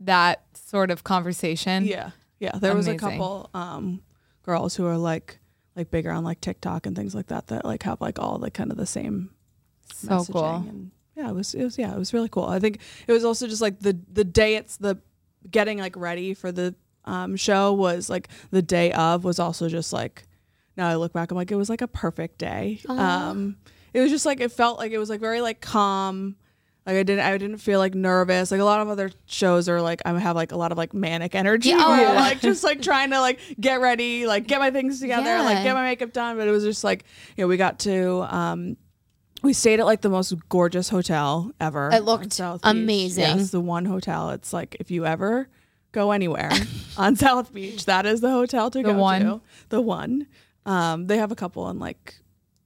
Speaker 1: that sort of conversation?
Speaker 3: yeah, yeah. There was a
Speaker 1: Amazing.
Speaker 3: couple um, girls who are like like bigger on like TikTok and things like that that like have like all like kind of the same
Speaker 1: So
Speaker 3: messaging
Speaker 1: cool.
Speaker 3: And yeah, it was it was yeah, it was really cool. I think it was also just like the the day it's the getting like ready for the um show was like the day of was also just like now I look back I'm like it was like a perfect day. Um it was just like it felt like it was like very like calm. Like I didn't I didn't feel like nervous. Like a lot of other shows are like I have like a lot of like manic energy.
Speaker 2: Yeah, oh,
Speaker 3: (laughs) where I'm,
Speaker 2: yeah.
Speaker 3: like just like trying to like get ready, like get my things together, like
Speaker 2: Yeah.
Speaker 3: get my makeup done, but it was just like, you know, we got to um we stayed at like the most gorgeous hotel ever.
Speaker 2: It looked
Speaker 3: on South Beach.
Speaker 2: amazing.
Speaker 3: Yes, the one hotel. It's like if you ever go
Speaker 1: (laughs)
Speaker 3: anywhere on South Beach, that is the hotel to
Speaker 1: The
Speaker 3: go
Speaker 1: one.
Speaker 3: to. The one. Um, they have a couple in like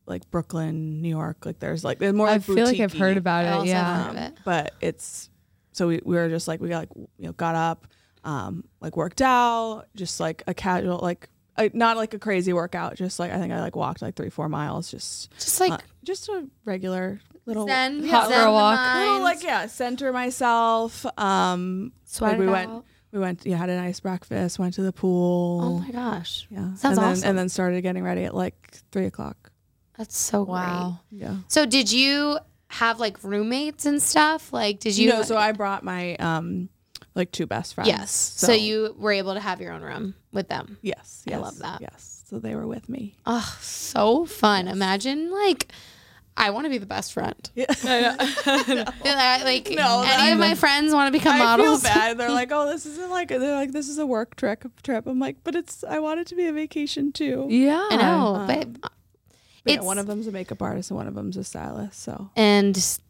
Speaker 3: like Brooklyn, New York. Like there's like they're more.
Speaker 1: I
Speaker 3: like,
Speaker 1: feel like I've
Speaker 3: boutique-y. Um,
Speaker 1: heard about
Speaker 2: I
Speaker 1: it.
Speaker 2: also
Speaker 1: Yeah.
Speaker 2: heard about it.
Speaker 3: but it's so we, we were just like we got like you know got up, um, like worked out, just like a casual like. I, not like a crazy workout, just like I think I like walked like three, four miles, just
Speaker 2: just like
Speaker 3: uh, just a regular little
Speaker 2: zen,
Speaker 1: hot
Speaker 2: zen
Speaker 1: girl
Speaker 2: the
Speaker 1: walk.
Speaker 2: mind.
Speaker 3: little like yeah center myself um
Speaker 2: Sweat
Speaker 3: like we
Speaker 2: it
Speaker 3: went
Speaker 2: out.
Speaker 3: we went yeah had a nice breakfast went to the
Speaker 2: oh
Speaker 3: pool
Speaker 2: my gosh
Speaker 3: yeah
Speaker 2: sounds
Speaker 3: and then,
Speaker 2: awesome.
Speaker 3: and then started getting ready at like three o'clock
Speaker 2: that's so wow
Speaker 1: Wow.
Speaker 3: yeah
Speaker 2: so did you have like roommates and stuff like did you
Speaker 3: no so i brought my um like two best friends
Speaker 2: Yes. So, you were able to have your own room with them.
Speaker 3: yes,
Speaker 2: I
Speaker 3: yes
Speaker 2: love that.
Speaker 3: yes so they were with me (laughs)
Speaker 2: Oh, so fun. Imagine like I want to be the best friend.
Speaker 3: yeah.
Speaker 2: (laughs) Like, like,
Speaker 3: No,
Speaker 2: any
Speaker 3: that-
Speaker 2: of my friends want to become
Speaker 3: I feel
Speaker 2: models. (laughs)
Speaker 3: bad. They're like, oh, this isn't like. They're like, this is a work trip. Trip. I'm like, but it's. I want it to be a vacation too.
Speaker 1: Yeah.
Speaker 2: I know,
Speaker 3: Um,
Speaker 2: but
Speaker 3: But yeah,
Speaker 2: it's-
Speaker 3: one of them's a makeup artist and one of them's a stylist. So
Speaker 2: and
Speaker 3: It's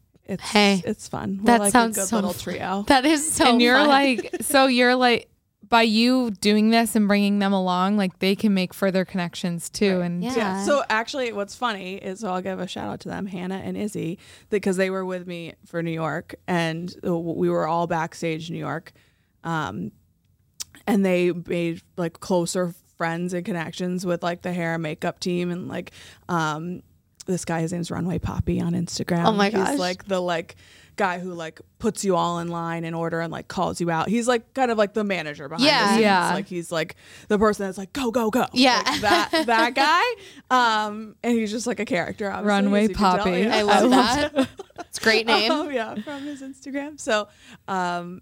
Speaker 2: Hey,
Speaker 3: it's fun. We're
Speaker 2: that
Speaker 3: like
Speaker 2: sounds
Speaker 3: a good
Speaker 2: so
Speaker 3: little
Speaker 2: fun.
Speaker 3: trio.
Speaker 2: that is so.
Speaker 1: and you're
Speaker 2: fun. (laughs)
Speaker 1: like so you're like by you doing this and bringing them along like they can make further connections too and
Speaker 2: Yeah.
Speaker 3: Yeah. So actually, what's funny is so I'll give a shout out to them, Hannah and Izzy, because they were with me for New York, and uh, we were all backstage New York, um, and they made like closer friends and connections with like the hair and makeup team, and like um, this guy, his name's Runway Poppy on Instagram.
Speaker 2: Oh my
Speaker 3: He's
Speaker 2: gosh.
Speaker 3: like the like guy who like puts you all in line in order and like calls you out. He's like kind of like the manager behind
Speaker 2: Yeah.
Speaker 3: the scenes.
Speaker 1: Yeah.
Speaker 3: Like he's like the person that's like go go go.
Speaker 2: Yeah.
Speaker 3: Like, that that
Speaker 2: (laughs)
Speaker 3: guy. Um, and he's just like a character. Obviously,
Speaker 1: Runway
Speaker 3: as you can tell.
Speaker 1: Poppy.
Speaker 3: Yeah.
Speaker 2: I (laughs) love (laughs)
Speaker 3: (laughs)
Speaker 2: that. It's a great name.
Speaker 3: Um, yeah, from his Instagram. So, um,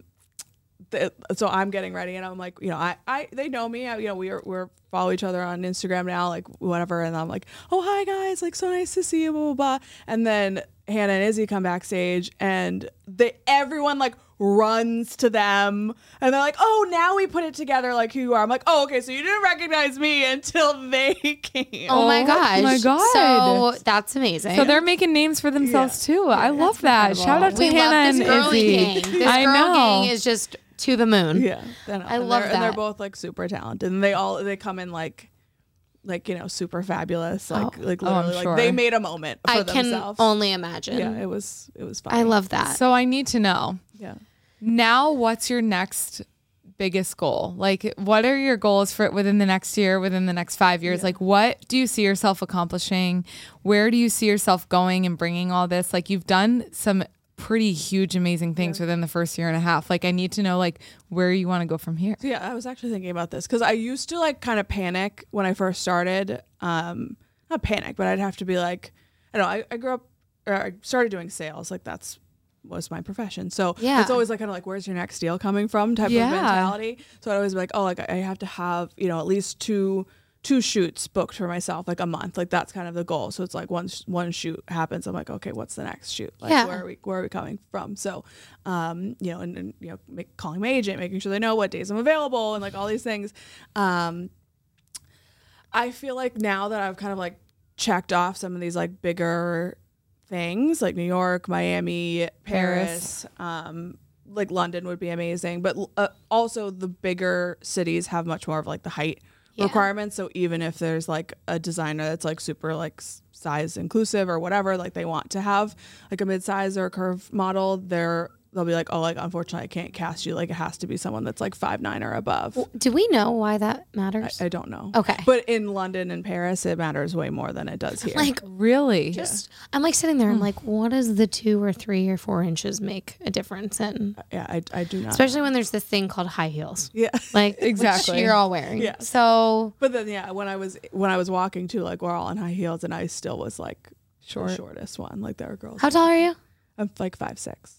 Speaker 3: the, so I'm getting ready and I'm like, you know, I, I they know me. I, you know, we are we're follow each other on Instagram now, like whatever. And I'm like, oh hi guys, like so nice to see you, blah blah blah. And then Hannah and Izzy come backstage and they everyone like runs to them and they're like, oh now we put it together like who you are. I'm like, oh okay, so you didn't recognize me (laughs) until they came.
Speaker 2: Oh, my
Speaker 1: Oh
Speaker 2: gosh.
Speaker 1: my God.
Speaker 2: So that's amazing.
Speaker 1: So they're making names for themselves too. I love that. Shout out to
Speaker 2: we
Speaker 1: Hannah
Speaker 2: love
Speaker 1: and
Speaker 2: this girly
Speaker 1: Izzy.
Speaker 2: gang. This
Speaker 1: I
Speaker 2: girl
Speaker 1: know.
Speaker 2: gang is just to the moon.
Speaker 3: Yeah, I, know.
Speaker 2: I
Speaker 3: And
Speaker 2: love
Speaker 3: they're- And they're
Speaker 2: that.
Speaker 3: both like super talented, and they all they come in like, like you know, super
Speaker 2: Oh,
Speaker 3: fabulous. Like like
Speaker 1: I'm
Speaker 3: literally,
Speaker 1: sure.
Speaker 3: like they made a moment for
Speaker 2: I
Speaker 3: themselves.
Speaker 2: can only imagine.
Speaker 3: yeah, it was it was fun.
Speaker 2: I love that.
Speaker 1: so I need to know
Speaker 3: yeah.
Speaker 1: now. What's your next biggest goal? Like, what are your goals for within the next year, within the next five years? Like, what do you see yourself accomplishing? Where do you see yourself going and bringing all this? Like, you've done some pretty huge, amazing things within the first year and a half. Like, I need to know like where you want to go from here.
Speaker 3: So, yeah, I was actually thinking about this because I used to like kind of panic when I first started. Um, not panic, but I'd have to be like, I don't know. I, I grew up, or I started doing sales. Like that's was my profession. So
Speaker 2: Yeah.
Speaker 3: it's always like kind of like, where's your next deal coming from type
Speaker 1: Yeah.
Speaker 3: of mentality. So I'd always be like, oh, like I have to have you know at least two two shoots booked for myself like a month. Like that's kind of the goal. So it's like once one shoot happens, I'm like, okay, what's the next shoot? Like
Speaker 2: Yeah.
Speaker 3: where are we where are we coming from? So, um, you know, and, and you know, make, calling my agent, making sure they know what days I'm available, and like all these things. Um, I feel like now that I've kind of like checked off some of these like bigger things, like New York, Miami, Paris, um, like London would be amazing, but uh, also the bigger cities have much more of like the height
Speaker 2: Yeah.
Speaker 3: requirements. So even if there's like a designer that's like super like s- size inclusive or whatever, like they want to have like a mid size or a curve model, they're they'll be like, oh, like unfortunately I can't cast you. Like it has to be someone that's like five nine or above.
Speaker 2: Do we know why that matters?
Speaker 3: I don't know.
Speaker 2: Okay.
Speaker 3: But in London and Paris, it matters way more than it
Speaker 2: (laughs)
Speaker 3: does here.
Speaker 2: like
Speaker 1: Really?
Speaker 2: just I'm like sitting
Speaker 3: Hmm.
Speaker 2: there. I'm like, what does the two or three or four inches make a difference in?
Speaker 3: yeah, I, I do not.
Speaker 2: Especially when there's this thing called high heels,
Speaker 3: yeah.
Speaker 2: like
Speaker 1: Exactly.
Speaker 2: which you're all wearing.
Speaker 3: Yes.
Speaker 2: So
Speaker 3: But then yeah, when I was when I was walking too, like we're all in high heels, and I still was like
Speaker 1: Short.
Speaker 3: the shortest one. Like there are girls.
Speaker 2: how tall are you?
Speaker 3: I'm like five six.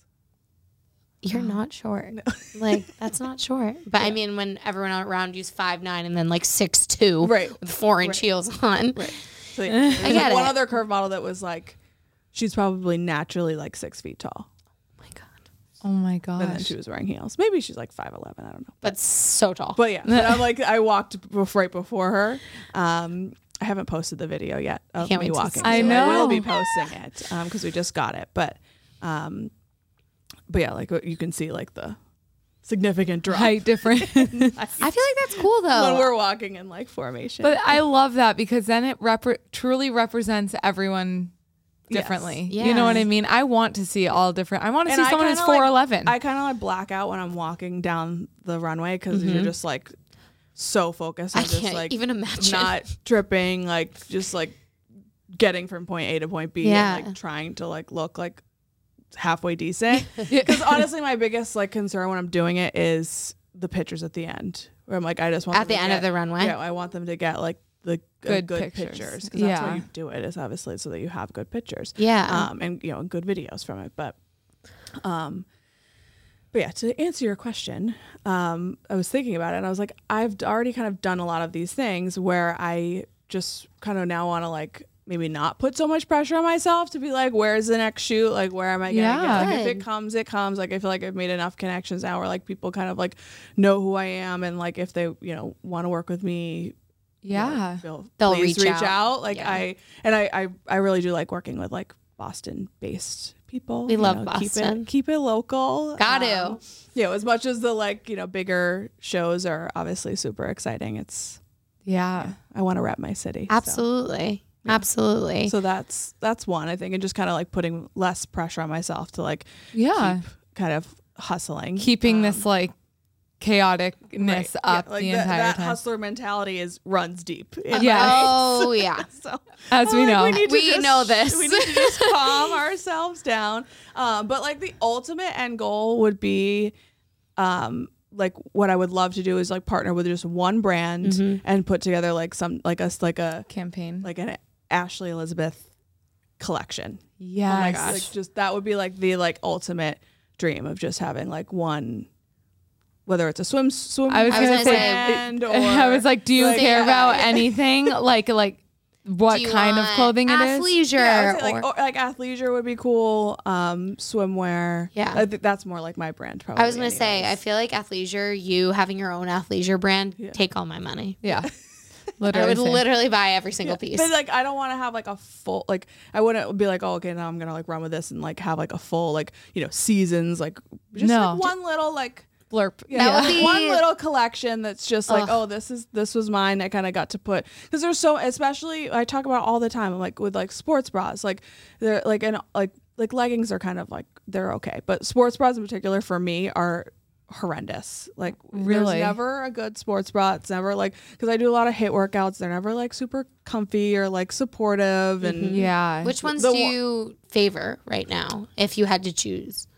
Speaker 2: You're not short. (laughs) Like that's not short. But I mean, when everyone around you's five nine and then like six two,
Speaker 3: Right.
Speaker 2: with four inch heels on.
Speaker 1: (laughs)
Speaker 3: So yeah, there's, like,
Speaker 2: get
Speaker 3: one
Speaker 2: it.
Speaker 3: other curve model that was like, she's probably naturally like six feet tall,
Speaker 2: Oh my god,
Speaker 1: Oh my
Speaker 3: and then
Speaker 1: gosh.
Speaker 3: she was wearing heels. Maybe she's like five eleven. I don't know.
Speaker 2: but so tall.
Speaker 3: But yeah,
Speaker 1: (laughs)
Speaker 3: but I'm like I walked bef- right before her. Um, I haven't posted the video yet of
Speaker 2: can't
Speaker 3: me
Speaker 2: wait to
Speaker 3: walking.
Speaker 2: see
Speaker 1: it. I
Speaker 3: so will be
Speaker 1: know.
Speaker 3: posting it because we just got it. But, um, but yeah, like uh, you can see like the significant drop
Speaker 1: Height difference. (laughs)
Speaker 2: I feel like that's cool though.
Speaker 3: when we're walking in like formation.
Speaker 1: But I love that because then it repre- truly represents everyone
Speaker 3: Yes.
Speaker 1: differently.
Speaker 2: Yeah.
Speaker 1: You know what I mean? I want to see all different. I want to
Speaker 3: And
Speaker 1: see
Speaker 3: I
Speaker 1: someone who's
Speaker 3: kinda, like-
Speaker 1: 4'11.
Speaker 3: I kind of like black out when I'm walking down the runway because
Speaker 1: Mm-hmm.
Speaker 3: you're just like so focused.
Speaker 2: I
Speaker 3: on just
Speaker 2: can't
Speaker 3: like
Speaker 2: even imagine.
Speaker 3: (laughs) not tripping, like just like getting from point A to point B,
Speaker 2: Yeah.
Speaker 3: and like trying to like look like
Speaker 2: (laughs)
Speaker 3: halfway decent. Because honestly, my biggest like concern when I'm doing it is the pictures at the end, where I'm like, I just
Speaker 2: (laughs)
Speaker 3: want
Speaker 2: At
Speaker 3: them
Speaker 2: the
Speaker 3: to
Speaker 2: end of
Speaker 3: get-
Speaker 2: the runway?
Speaker 3: Yeah, I want them to get like the
Speaker 1: Good
Speaker 3: good, good
Speaker 1: pictures.
Speaker 3: pictures because that's
Speaker 1: Yeah.
Speaker 3: why you do it is obviously so that you have good pictures.
Speaker 2: yeah.
Speaker 3: Um, and you know, good videos from it, but um. But yeah, to answer your question, um, I was thinking about it and I was like, I've d- already kind of done a lot of these things where I just kind of now want to like maybe not put so much pressure on myself to be like, where's the next shoot? Like, where am I going to
Speaker 1: Yeah.
Speaker 3: get? Like, if
Speaker 2: Good.
Speaker 3: it comes, it comes. Like, I feel like I've made enough connections now where like people kind of like know who I am and like if they, you know, want to work with me, you know,
Speaker 1: yeah.
Speaker 3: feel-
Speaker 2: They'll
Speaker 3: please
Speaker 2: reach
Speaker 3: reach,
Speaker 2: out.
Speaker 3: out. Like
Speaker 2: Yeah.
Speaker 3: I and I, I I really do like working with like Boston based people.
Speaker 2: We
Speaker 3: you
Speaker 2: love
Speaker 3: Keep
Speaker 2: Boston.
Speaker 3: it, keep it local. Um,
Speaker 2: Gotta.
Speaker 3: you know, as much as the like, you know, bigger shows are obviously super exciting. It's
Speaker 1: Yeah.
Speaker 3: I want to rep my city. so.
Speaker 2: Absolutely. Absolutely.
Speaker 3: So that's that's one I think and just kind of like putting less pressure on myself to like
Speaker 1: Yeah.
Speaker 3: keep kind of hustling.
Speaker 1: Keeping
Speaker 3: Um,
Speaker 1: this like chaoticness
Speaker 3: right. Yeah,
Speaker 1: up
Speaker 3: like
Speaker 1: the
Speaker 3: that,
Speaker 1: entire
Speaker 3: that
Speaker 1: time.
Speaker 3: hustler mentality is runs deep. in
Speaker 1: Yeah.
Speaker 3: my-
Speaker 2: (laughs) Oh yeah.
Speaker 3: (laughs) so
Speaker 1: as we
Speaker 3: I'm
Speaker 1: know.
Speaker 3: Oh, like, need to
Speaker 2: We know this.
Speaker 3: We need to just calm ourselves down. Um, but like the ultimate end goal would be, um, like what I would love to do is like partner with just one brand
Speaker 1: Mm-hmm.
Speaker 3: and put together like some like us like a
Speaker 1: Campaign.
Speaker 3: like an Ashley Elizabeth collection.
Speaker 1: yes.
Speaker 3: Oh my gosh! Like just that would be like the like ultimate dream of just having like one whether it's a swim swim
Speaker 1: I was
Speaker 2: I was
Speaker 1: gonna
Speaker 2: gonna
Speaker 1: say.
Speaker 2: say-
Speaker 3: brand or
Speaker 1: (laughs) I was like, do you
Speaker 3: like,
Speaker 1: care
Speaker 2: yeah.
Speaker 1: about anything? (laughs) Like like what
Speaker 2: Do you
Speaker 1: kind of
Speaker 2: want
Speaker 1: clothing it is?
Speaker 2: athleisure
Speaker 3: yeah, I would say,
Speaker 2: or-
Speaker 3: like, or, like athleisure would be cool. Um, swimwear.
Speaker 2: Yeah.
Speaker 3: I think that's more like my brand. Probably.
Speaker 2: I was gonna say, I
Speaker 3: anyways.
Speaker 2: feel like athleisure. You having your own athleisure brand, take all my money.
Speaker 3: (laughs)
Speaker 1: Yeah.
Speaker 2: I
Speaker 1: Literally.
Speaker 2: would
Speaker 1: same.
Speaker 2: literally buy every single piece.
Speaker 3: But like, I don't want to have like a full like. I wouldn't be like, oh, okay, now I'm gonna like run with this and like have like a full like you know seasons like just
Speaker 1: No.
Speaker 3: like, one little like
Speaker 1: blurp.
Speaker 3: yeah,
Speaker 2: That would
Speaker 3: like,
Speaker 2: be-
Speaker 3: one little collection that's just like,
Speaker 2: Ugh.
Speaker 3: oh, this is this was mine. I kind of got to put because there's so especially I talk about it all the time like with like sports bras like they're like and like like leggings are kind of like they're okay, but sports bras in particular for me are horrendous. Like
Speaker 1: Really?
Speaker 3: there's never a good sports bra. It's never like because I do a lot of hit workouts. They're never like super comfy or like supportive and
Speaker 1: Mm-hmm. Yeah.
Speaker 2: Which ones
Speaker 3: the
Speaker 2: do
Speaker 3: one-
Speaker 2: you favor right now if you had to choose?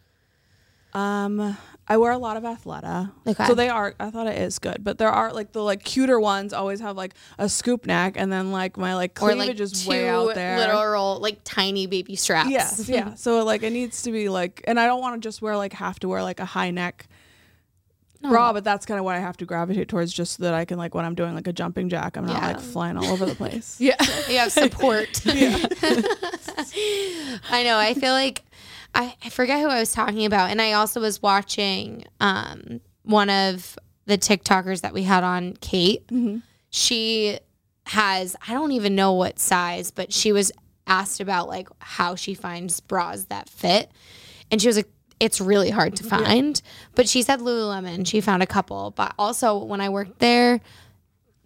Speaker 3: Um, I wear a lot of Athleta,
Speaker 2: Okay.
Speaker 3: so they are. I thought it is good, but there are like the like cuter ones always have like a scoop neck, and then like my like
Speaker 2: Or like
Speaker 3: cleavage is
Speaker 2: two
Speaker 3: way out there.
Speaker 2: literal, like tiny baby straps.
Speaker 3: yes,
Speaker 2: (laughs)
Speaker 3: yeah. So like it needs to be like, and I don't want to just wear like have to wear like a high neck bra, but that's kind of what I have to gravitate towards, just so that I can like when I'm doing like a jumping jack, I'm not
Speaker 2: Yeah.
Speaker 3: like flying all over
Speaker 2: (laughs)
Speaker 3: the place.
Speaker 1: yeah.
Speaker 2: you have support.
Speaker 3: (laughs)
Speaker 2: I know. I feel like I, I forget who I was talking about, and I also was watching um, one of the TikTokers that we had on, Kate.
Speaker 3: Mm-hmm.
Speaker 2: She has I don't even know what size, but she was asked about like how she finds bras that fit, and she was like. It's really hard to find, but she said Lululemon. She found a couple, but also when I worked there,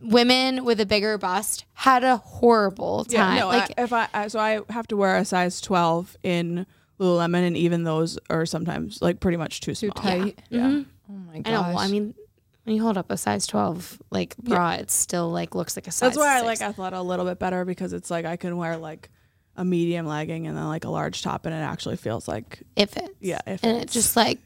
Speaker 2: women with a bigger bust had a horrible time.
Speaker 3: Yeah, no,
Speaker 2: like
Speaker 3: I, if I, I so I have to wear a size 12 in Lululemon, and even those are sometimes like pretty much too small.
Speaker 1: tight.
Speaker 3: Yeah.
Speaker 1: Oh my
Speaker 2: I
Speaker 1: gosh.
Speaker 2: know. Well, I mean, when you hold up a size 12, like bra, it still like looks like a size.
Speaker 3: That's why I like
Speaker 2: six.
Speaker 3: Athleta a little bit better because it's like I can wear like a medium legging and then like a large top and it actually feels like
Speaker 2: If it.
Speaker 3: yeah, if
Speaker 2: And it's just like,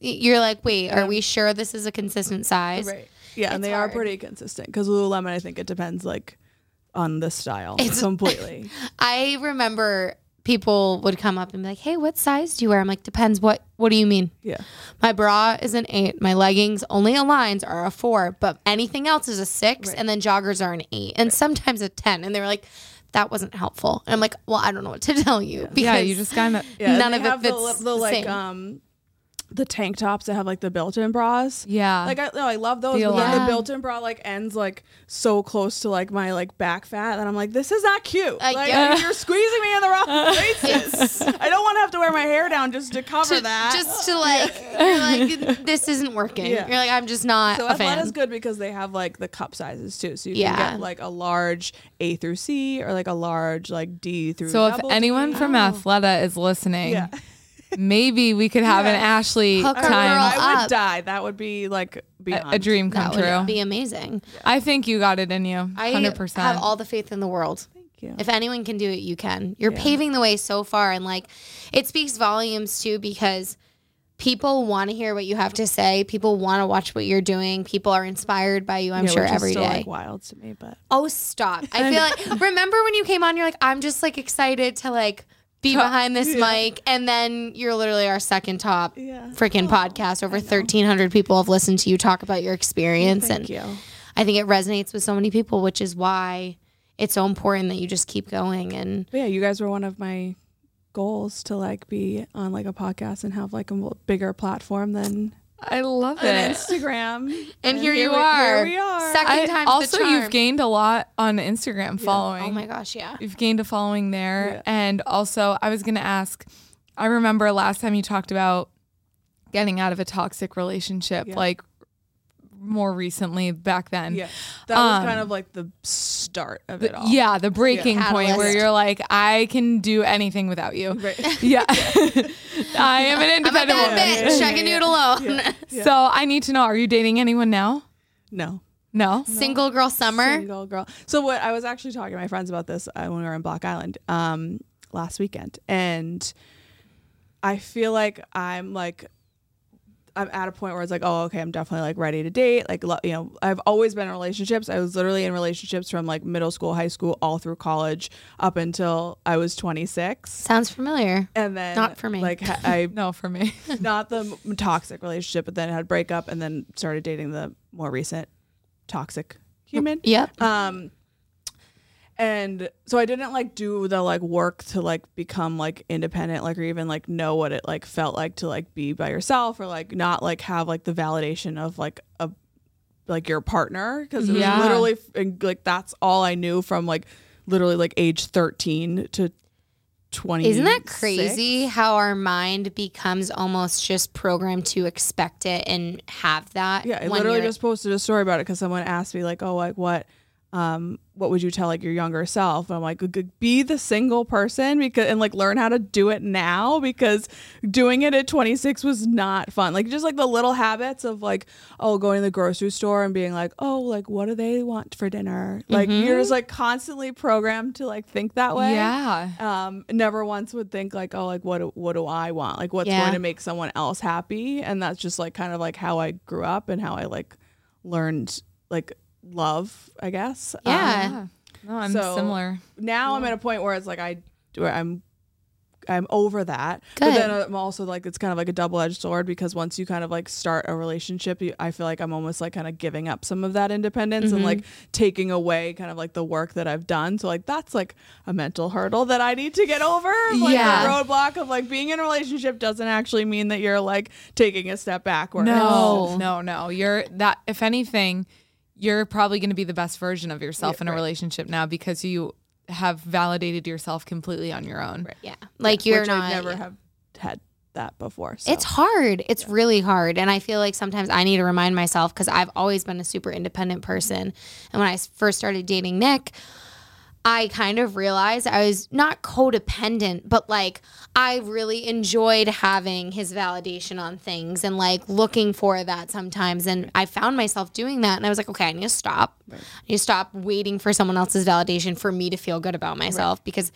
Speaker 2: you're like, wait, are we sure this is a consistent size?
Speaker 3: Yeah,
Speaker 2: It's
Speaker 3: and they are
Speaker 2: hard.
Speaker 3: pretty consistent because Lululemon I think it depends like on the style
Speaker 2: It's- (laughs)
Speaker 3: completely.
Speaker 2: I remember people would come up and be like, hey, what size do you wear? I'm like, depends. What What do you mean?
Speaker 3: yeah.
Speaker 2: My bra is an eight. My leggings, only aligns, are a four, but anything else is a six. And then joggers are an eight and sometimes a 10. And they were like, that wasn't helpful. And I'm like, well, I don't know what to tell you. Because
Speaker 1: yeah, you just kind of
Speaker 3: (laughs) Yeah, and
Speaker 2: None
Speaker 3: they
Speaker 2: of it
Speaker 3: have
Speaker 2: fits
Speaker 3: the, li- the,
Speaker 2: the
Speaker 3: like
Speaker 2: same.
Speaker 3: um the tank tops that have like the built-in bras.
Speaker 1: yeah.
Speaker 3: Like I, no, I love those.
Speaker 1: The
Speaker 3: but like,
Speaker 2: align-
Speaker 3: the built-in bra like ends like so close to like my like back fat, and I'm like, this is not cute.
Speaker 2: I
Speaker 3: like
Speaker 2: guess.
Speaker 3: you're squeezing me in
Speaker 2: (laughs)
Speaker 3: the wrong places. I don't want to have to wear my hair down just to cover
Speaker 2: to-
Speaker 3: that.
Speaker 2: Just to like, (laughs) you're like, this isn't working.
Speaker 3: Yeah.
Speaker 2: You're like, I'm just not
Speaker 3: So
Speaker 2: a fan.
Speaker 3: Athleta's good because they have like the cup sizes too. So you
Speaker 2: Yeah.
Speaker 3: can get like a large A through C or like a large like D through.
Speaker 1: so if
Speaker 3: double
Speaker 1: anyone
Speaker 3: D.
Speaker 1: from Athleta is listening,
Speaker 3: Oh. yeah,
Speaker 1: (laughs)
Speaker 3: (laughs)
Speaker 1: maybe we could have an Ashley
Speaker 2: Hook her
Speaker 1: time,
Speaker 2: up.
Speaker 3: I would die. That would be like beyond.
Speaker 1: a, a dream come
Speaker 2: that would
Speaker 1: true.
Speaker 2: be amazing.
Speaker 1: I think you got it in you,
Speaker 2: I
Speaker 1: hundred percent.
Speaker 2: have all the faith in the world.
Speaker 3: you.
Speaker 2: If anyone can do it, you can. You're paving the way so far, and like, it speaks volumes too because people want to hear what you have to say. People want to watch what you're doing. People are inspired by you. I'm
Speaker 3: Yeah,
Speaker 2: sure
Speaker 3: which is
Speaker 2: every day.
Speaker 3: still, like wild to me, but
Speaker 2: Oh, stop. I feel
Speaker 3: (laughs)
Speaker 2: like, remember when you came on, you're like, I'm just like excited to like be behind this mic. And then you're literally our second top
Speaker 3: Yeah. Oh,
Speaker 2: freaking podcast. Over 1,300 people have listened to you talk about your experience.
Speaker 3: thank
Speaker 2: and
Speaker 3: you.
Speaker 2: I think it resonates with so many people, which is why it's so important that you just keep going. And
Speaker 3: But yeah, you guys were one of my goals to like be on like a podcast and have like a mo- bigger platform than
Speaker 1: I love
Speaker 3: an
Speaker 1: it.
Speaker 3: Instagram.
Speaker 2: (laughs) and, here, you
Speaker 3: we-
Speaker 2: are.
Speaker 3: Here we are.
Speaker 2: Second
Speaker 1: I-
Speaker 2: time's
Speaker 1: also,
Speaker 2: the charm.
Speaker 1: you've gained a lot on Instagram following.
Speaker 2: oh my gosh, yeah.
Speaker 1: You've gained a following there.
Speaker 3: Yeah.
Speaker 1: And also, I was going to ask I remember last time you talked about getting out of a toxic relationship,
Speaker 3: Yeah.
Speaker 1: like more recently back then.
Speaker 3: yeah, that was
Speaker 1: Um,
Speaker 3: kind of like the start of it
Speaker 1: The,
Speaker 3: all.
Speaker 1: yeah, the breaking point where
Speaker 2: Catalyst.
Speaker 1: you're like, I can do anything without you.
Speaker 3: (laughs) Right.
Speaker 1: Yeah. (laughs) I am an
Speaker 2: I'm a
Speaker 1: independent woman.
Speaker 2: bad
Speaker 3: woman.
Speaker 2: bitch. I can do it
Speaker 3: (laughs)
Speaker 2: alone.
Speaker 1: So I need to know are you dating anyone now?
Speaker 3: No.
Speaker 1: No.
Speaker 2: Single girl summer.
Speaker 3: Single girl. So what I was actually talking to my friends about this uh, when we were in Block Island um, last weekend, and I feel like I'm like I'm at a point where it's like, oh, okay, I'm definitely like ready to date. Like, lo- you know, I've always been in relationships. I was literally in relationships from like middle school, high school, all through college, up until I was 26.
Speaker 2: Sounds familiar.
Speaker 3: And then
Speaker 2: Not for me.
Speaker 3: Like ha- I
Speaker 1: No, for me.
Speaker 3: not the m- toxic relationship, but then had breakup and then started dating the more recent toxic human.
Speaker 2: Yep.
Speaker 3: Um, and so I didn't like do the like work to like become like independent, like or even like know what it like felt like to like be by yourself or like not like have like the validation of like a like your partner because it was
Speaker 1: Yeah.
Speaker 3: literally f- and, like that's all I knew from like literally like age thirteen to twenty.
Speaker 2: Isn't that crazy how our mind becomes almost just programmed to expect it and have that?
Speaker 3: Yeah, I
Speaker 2: when
Speaker 3: literally
Speaker 2: you're-
Speaker 3: just posted a story about it because someone asked me like, "Oh, like what, um, what would you tell like your younger self?" And I'm like, "G- g- "Be the single person because and like learn how to do it now because doing it at 26 was not fun. Like just like the little habits of like, oh, going to the grocery store and being like, oh, like what do they want for dinner? Like you're just like constantly programmed to like think that way.
Speaker 1: Yeah.
Speaker 3: Um, never once would think like, oh, like what do- what do I want? Like what's
Speaker 2: Yeah.
Speaker 3: going to make someone else happy? And that's just like kind of like how I grew up and how I like learned like love, I guess. Um,
Speaker 2: Yeah.
Speaker 1: Yeah. No, I'm
Speaker 3: So-
Speaker 1: similar.
Speaker 3: now I'm at a point where it's like I where I'm I'm over that. But
Speaker 2: Good.
Speaker 3: then I'm also like it's kind of like a double-edged sword because once you kind of like start a relationship, you, I feel like I'm almost like kind of giving up some of that independence and like
Speaker 2: Mm-hmm.
Speaker 3: taking away kind of like the work that I've done. So like that's like a mental hurdle that I need to get over. Like
Speaker 1: Yeah.
Speaker 3: the roadblock of like being in a relationship doesn't actually mean that you're like taking a step backwards.
Speaker 1: No,
Speaker 2: No.
Speaker 1: no, no. You're that. If anything, you're probably going to be the best version of yourself in a relationship now because you have validated yourself completely on your own.
Speaker 2: yeah, like you're
Speaker 3: which
Speaker 2: not.
Speaker 3: I never have had that before. So.
Speaker 2: It's hard. It's really hard. And I feel like sometimes I need to remind myself because I've always been a super independent person. And when I s- first started dating Nick, I kind of realized I was not codependent, but like I really enjoyed having his validation on things and like looking for that sometimes. And I found myself doing that. And I was like, okay, I need to stop. I need to stop waiting for someone else's validation for me to feel good about myself because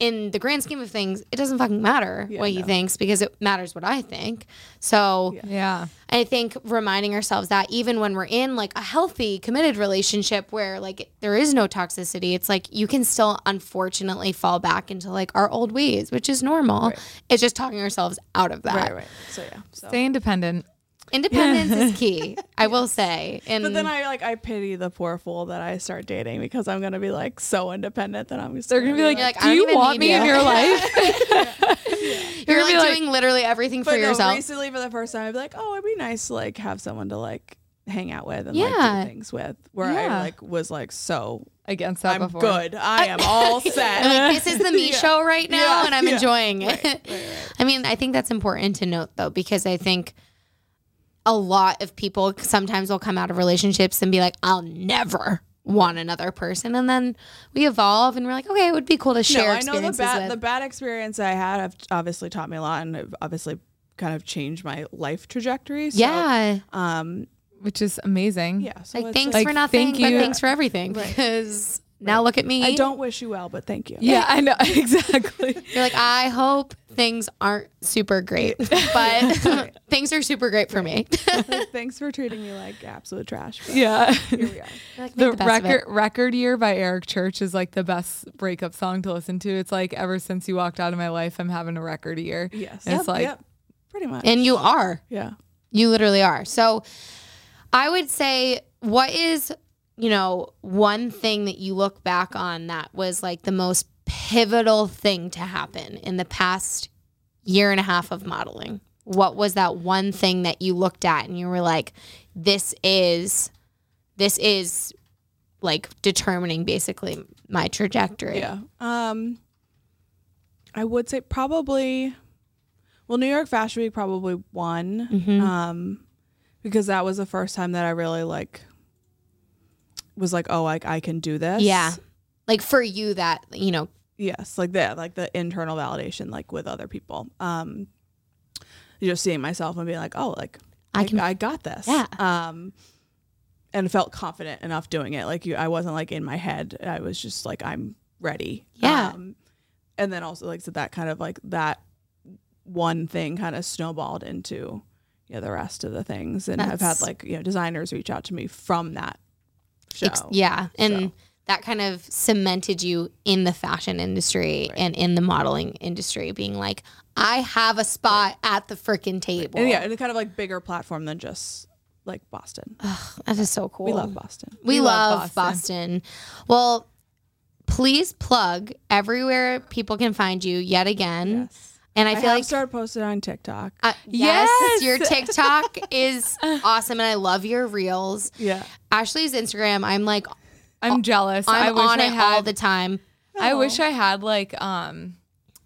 Speaker 2: in the grand scheme of things, it doesn't fucking matter what he thinks because it matters what I think. So
Speaker 1: Yeah.
Speaker 2: I think reminding ourselves that even when we're in like a healthy, committed relationship where like there is no toxicity, it's like you can still unfortunately fall back into like our old ways, which is normal. It's just talking ourselves out of that.
Speaker 3: right, right. So yeah. So
Speaker 1: Stay independent.
Speaker 2: Independence is
Speaker 3: (laughs)
Speaker 2: key, I will say. And
Speaker 3: But then I like I pity the poor fool that I start dating because I'm gonna be like so independent that I'm just
Speaker 1: They're going to be like,
Speaker 2: You're like, I
Speaker 1: do
Speaker 2: don't
Speaker 1: you
Speaker 2: even
Speaker 1: want
Speaker 2: need
Speaker 1: me in (laughs)
Speaker 2: you."
Speaker 1: your life?
Speaker 2: you're,
Speaker 1: you're
Speaker 2: like
Speaker 1: gonna be like-
Speaker 2: doing literally everything for
Speaker 3: but no,
Speaker 2: yourself.
Speaker 3: recently for the first time I'd be like, oh, it'd be nice to like have someone to like hang out with and like
Speaker 2: Yeah.
Speaker 3: do things with. Where
Speaker 1: Yeah.
Speaker 3: I like was like so
Speaker 1: Against that
Speaker 3: I'm
Speaker 1: before.
Speaker 3: good. I am
Speaker 2: (laughs)
Speaker 3: all set.
Speaker 2: I'm like, this is the me show right now,
Speaker 3: Uh, (laughs) Yeah.
Speaker 2: and I'm
Speaker 3: Yeah.
Speaker 2: enjoying it. (laughs) I mean, I think that's important to note though, because I think a lot of people sometimes will come out of relationships and be like, I'll never want another person. And then we evolve and we're like, okay, it would be cool to share
Speaker 3: no, I know the
Speaker 2: experiences
Speaker 3: bad the
Speaker 2: with.
Speaker 3: bad experience I had have obviously taught me a lot and have obviously kind of changed my life trajectory. So,
Speaker 2: yeah.
Speaker 3: Um.
Speaker 1: Which is amazing.
Speaker 3: Yeah. So
Speaker 2: Like,
Speaker 3: it's
Speaker 2: thanks
Speaker 3: just-
Speaker 1: like,
Speaker 2: for nothing,
Speaker 1: thank
Speaker 2: but
Speaker 1: you.
Speaker 2: thanks for everything. Because now look at me.
Speaker 3: I don't wish you well, but thank you.
Speaker 1: Yeah, I know. (laughs) Exactly.
Speaker 2: You're like, I hope things aren't super
Speaker 3: (laughs)
Speaker 2: great, but (laughs) things are super great for me. (laughs)
Speaker 3: Like, (laughs) thanks for treating me like absolute trash. But
Speaker 1: Yeah.
Speaker 3: Here we are.
Speaker 1: (laughs)
Speaker 2: Like, make
Speaker 1: the
Speaker 2: best of it.
Speaker 1: record record year by Eric Church is like the best breakup song to listen to. It's like ever since you walked out of my life, I'm having a record year.
Speaker 3: Yes.
Speaker 1: And it's like
Speaker 3: pretty much.
Speaker 2: And you are.
Speaker 3: yeah.
Speaker 2: You literally are. So I would say, what is, you know, one thing that you look back on that was like the most pivotal thing to happen in the past year and a half of modeling? What was that one thing that you looked at and you were like, this is, this is like determining basically my trajectory?
Speaker 3: Yeah. Um I would say probably well, New York Fashion Week probably won.
Speaker 1: Mm-hmm.
Speaker 3: Um because that was the first time that I really like was like, oh, like I can do this.
Speaker 2: Yeah. Like for you, that, you know,
Speaker 3: Yes, like that, like the internal validation, like with other people. Um, just seeing myself and being like, oh, like
Speaker 2: I
Speaker 3: I,
Speaker 2: can-
Speaker 3: I got this.
Speaker 2: Yeah.
Speaker 3: Um, and felt confident enough doing it. Like you, I wasn't like in my head. I was just like, I'm ready.
Speaker 2: Yeah.
Speaker 3: Um, and then also like so that kind of like that one thing kind of snowballed into, you know, the rest of the things. And I've had
Speaker 2: That's-
Speaker 3: like, you know, designers reach out to me from that show.
Speaker 2: Ex- yeah. And
Speaker 3: So.
Speaker 2: that kind of cemented you in the fashion industry and in the modeling industry, being like, I have a spot at the freaking table.
Speaker 3: And Oh, yeah, it's kind of like bigger platform than just like Boston.
Speaker 2: That is so cool.
Speaker 3: We love Boston.
Speaker 2: We,
Speaker 1: We love
Speaker 2: love, Boston. Well, please plug everywhere people can find you yet again. And I
Speaker 3: I,
Speaker 2: feel
Speaker 3: have
Speaker 2: like
Speaker 3: started posting on TikTok.
Speaker 2: uh, yes,
Speaker 1: Yes.
Speaker 2: your TikTok is awesome, and I love your reels.
Speaker 3: yeah.
Speaker 2: Ashley's Instagram, I'm like
Speaker 1: I'm jealous. i
Speaker 2: I'm
Speaker 1: wish
Speaker 2: on
Speaker 1: I
Speaker 2: it
Speaker 1: had
Speaker 2: all (laughs) the time.
Speaker 1: I wish I had like um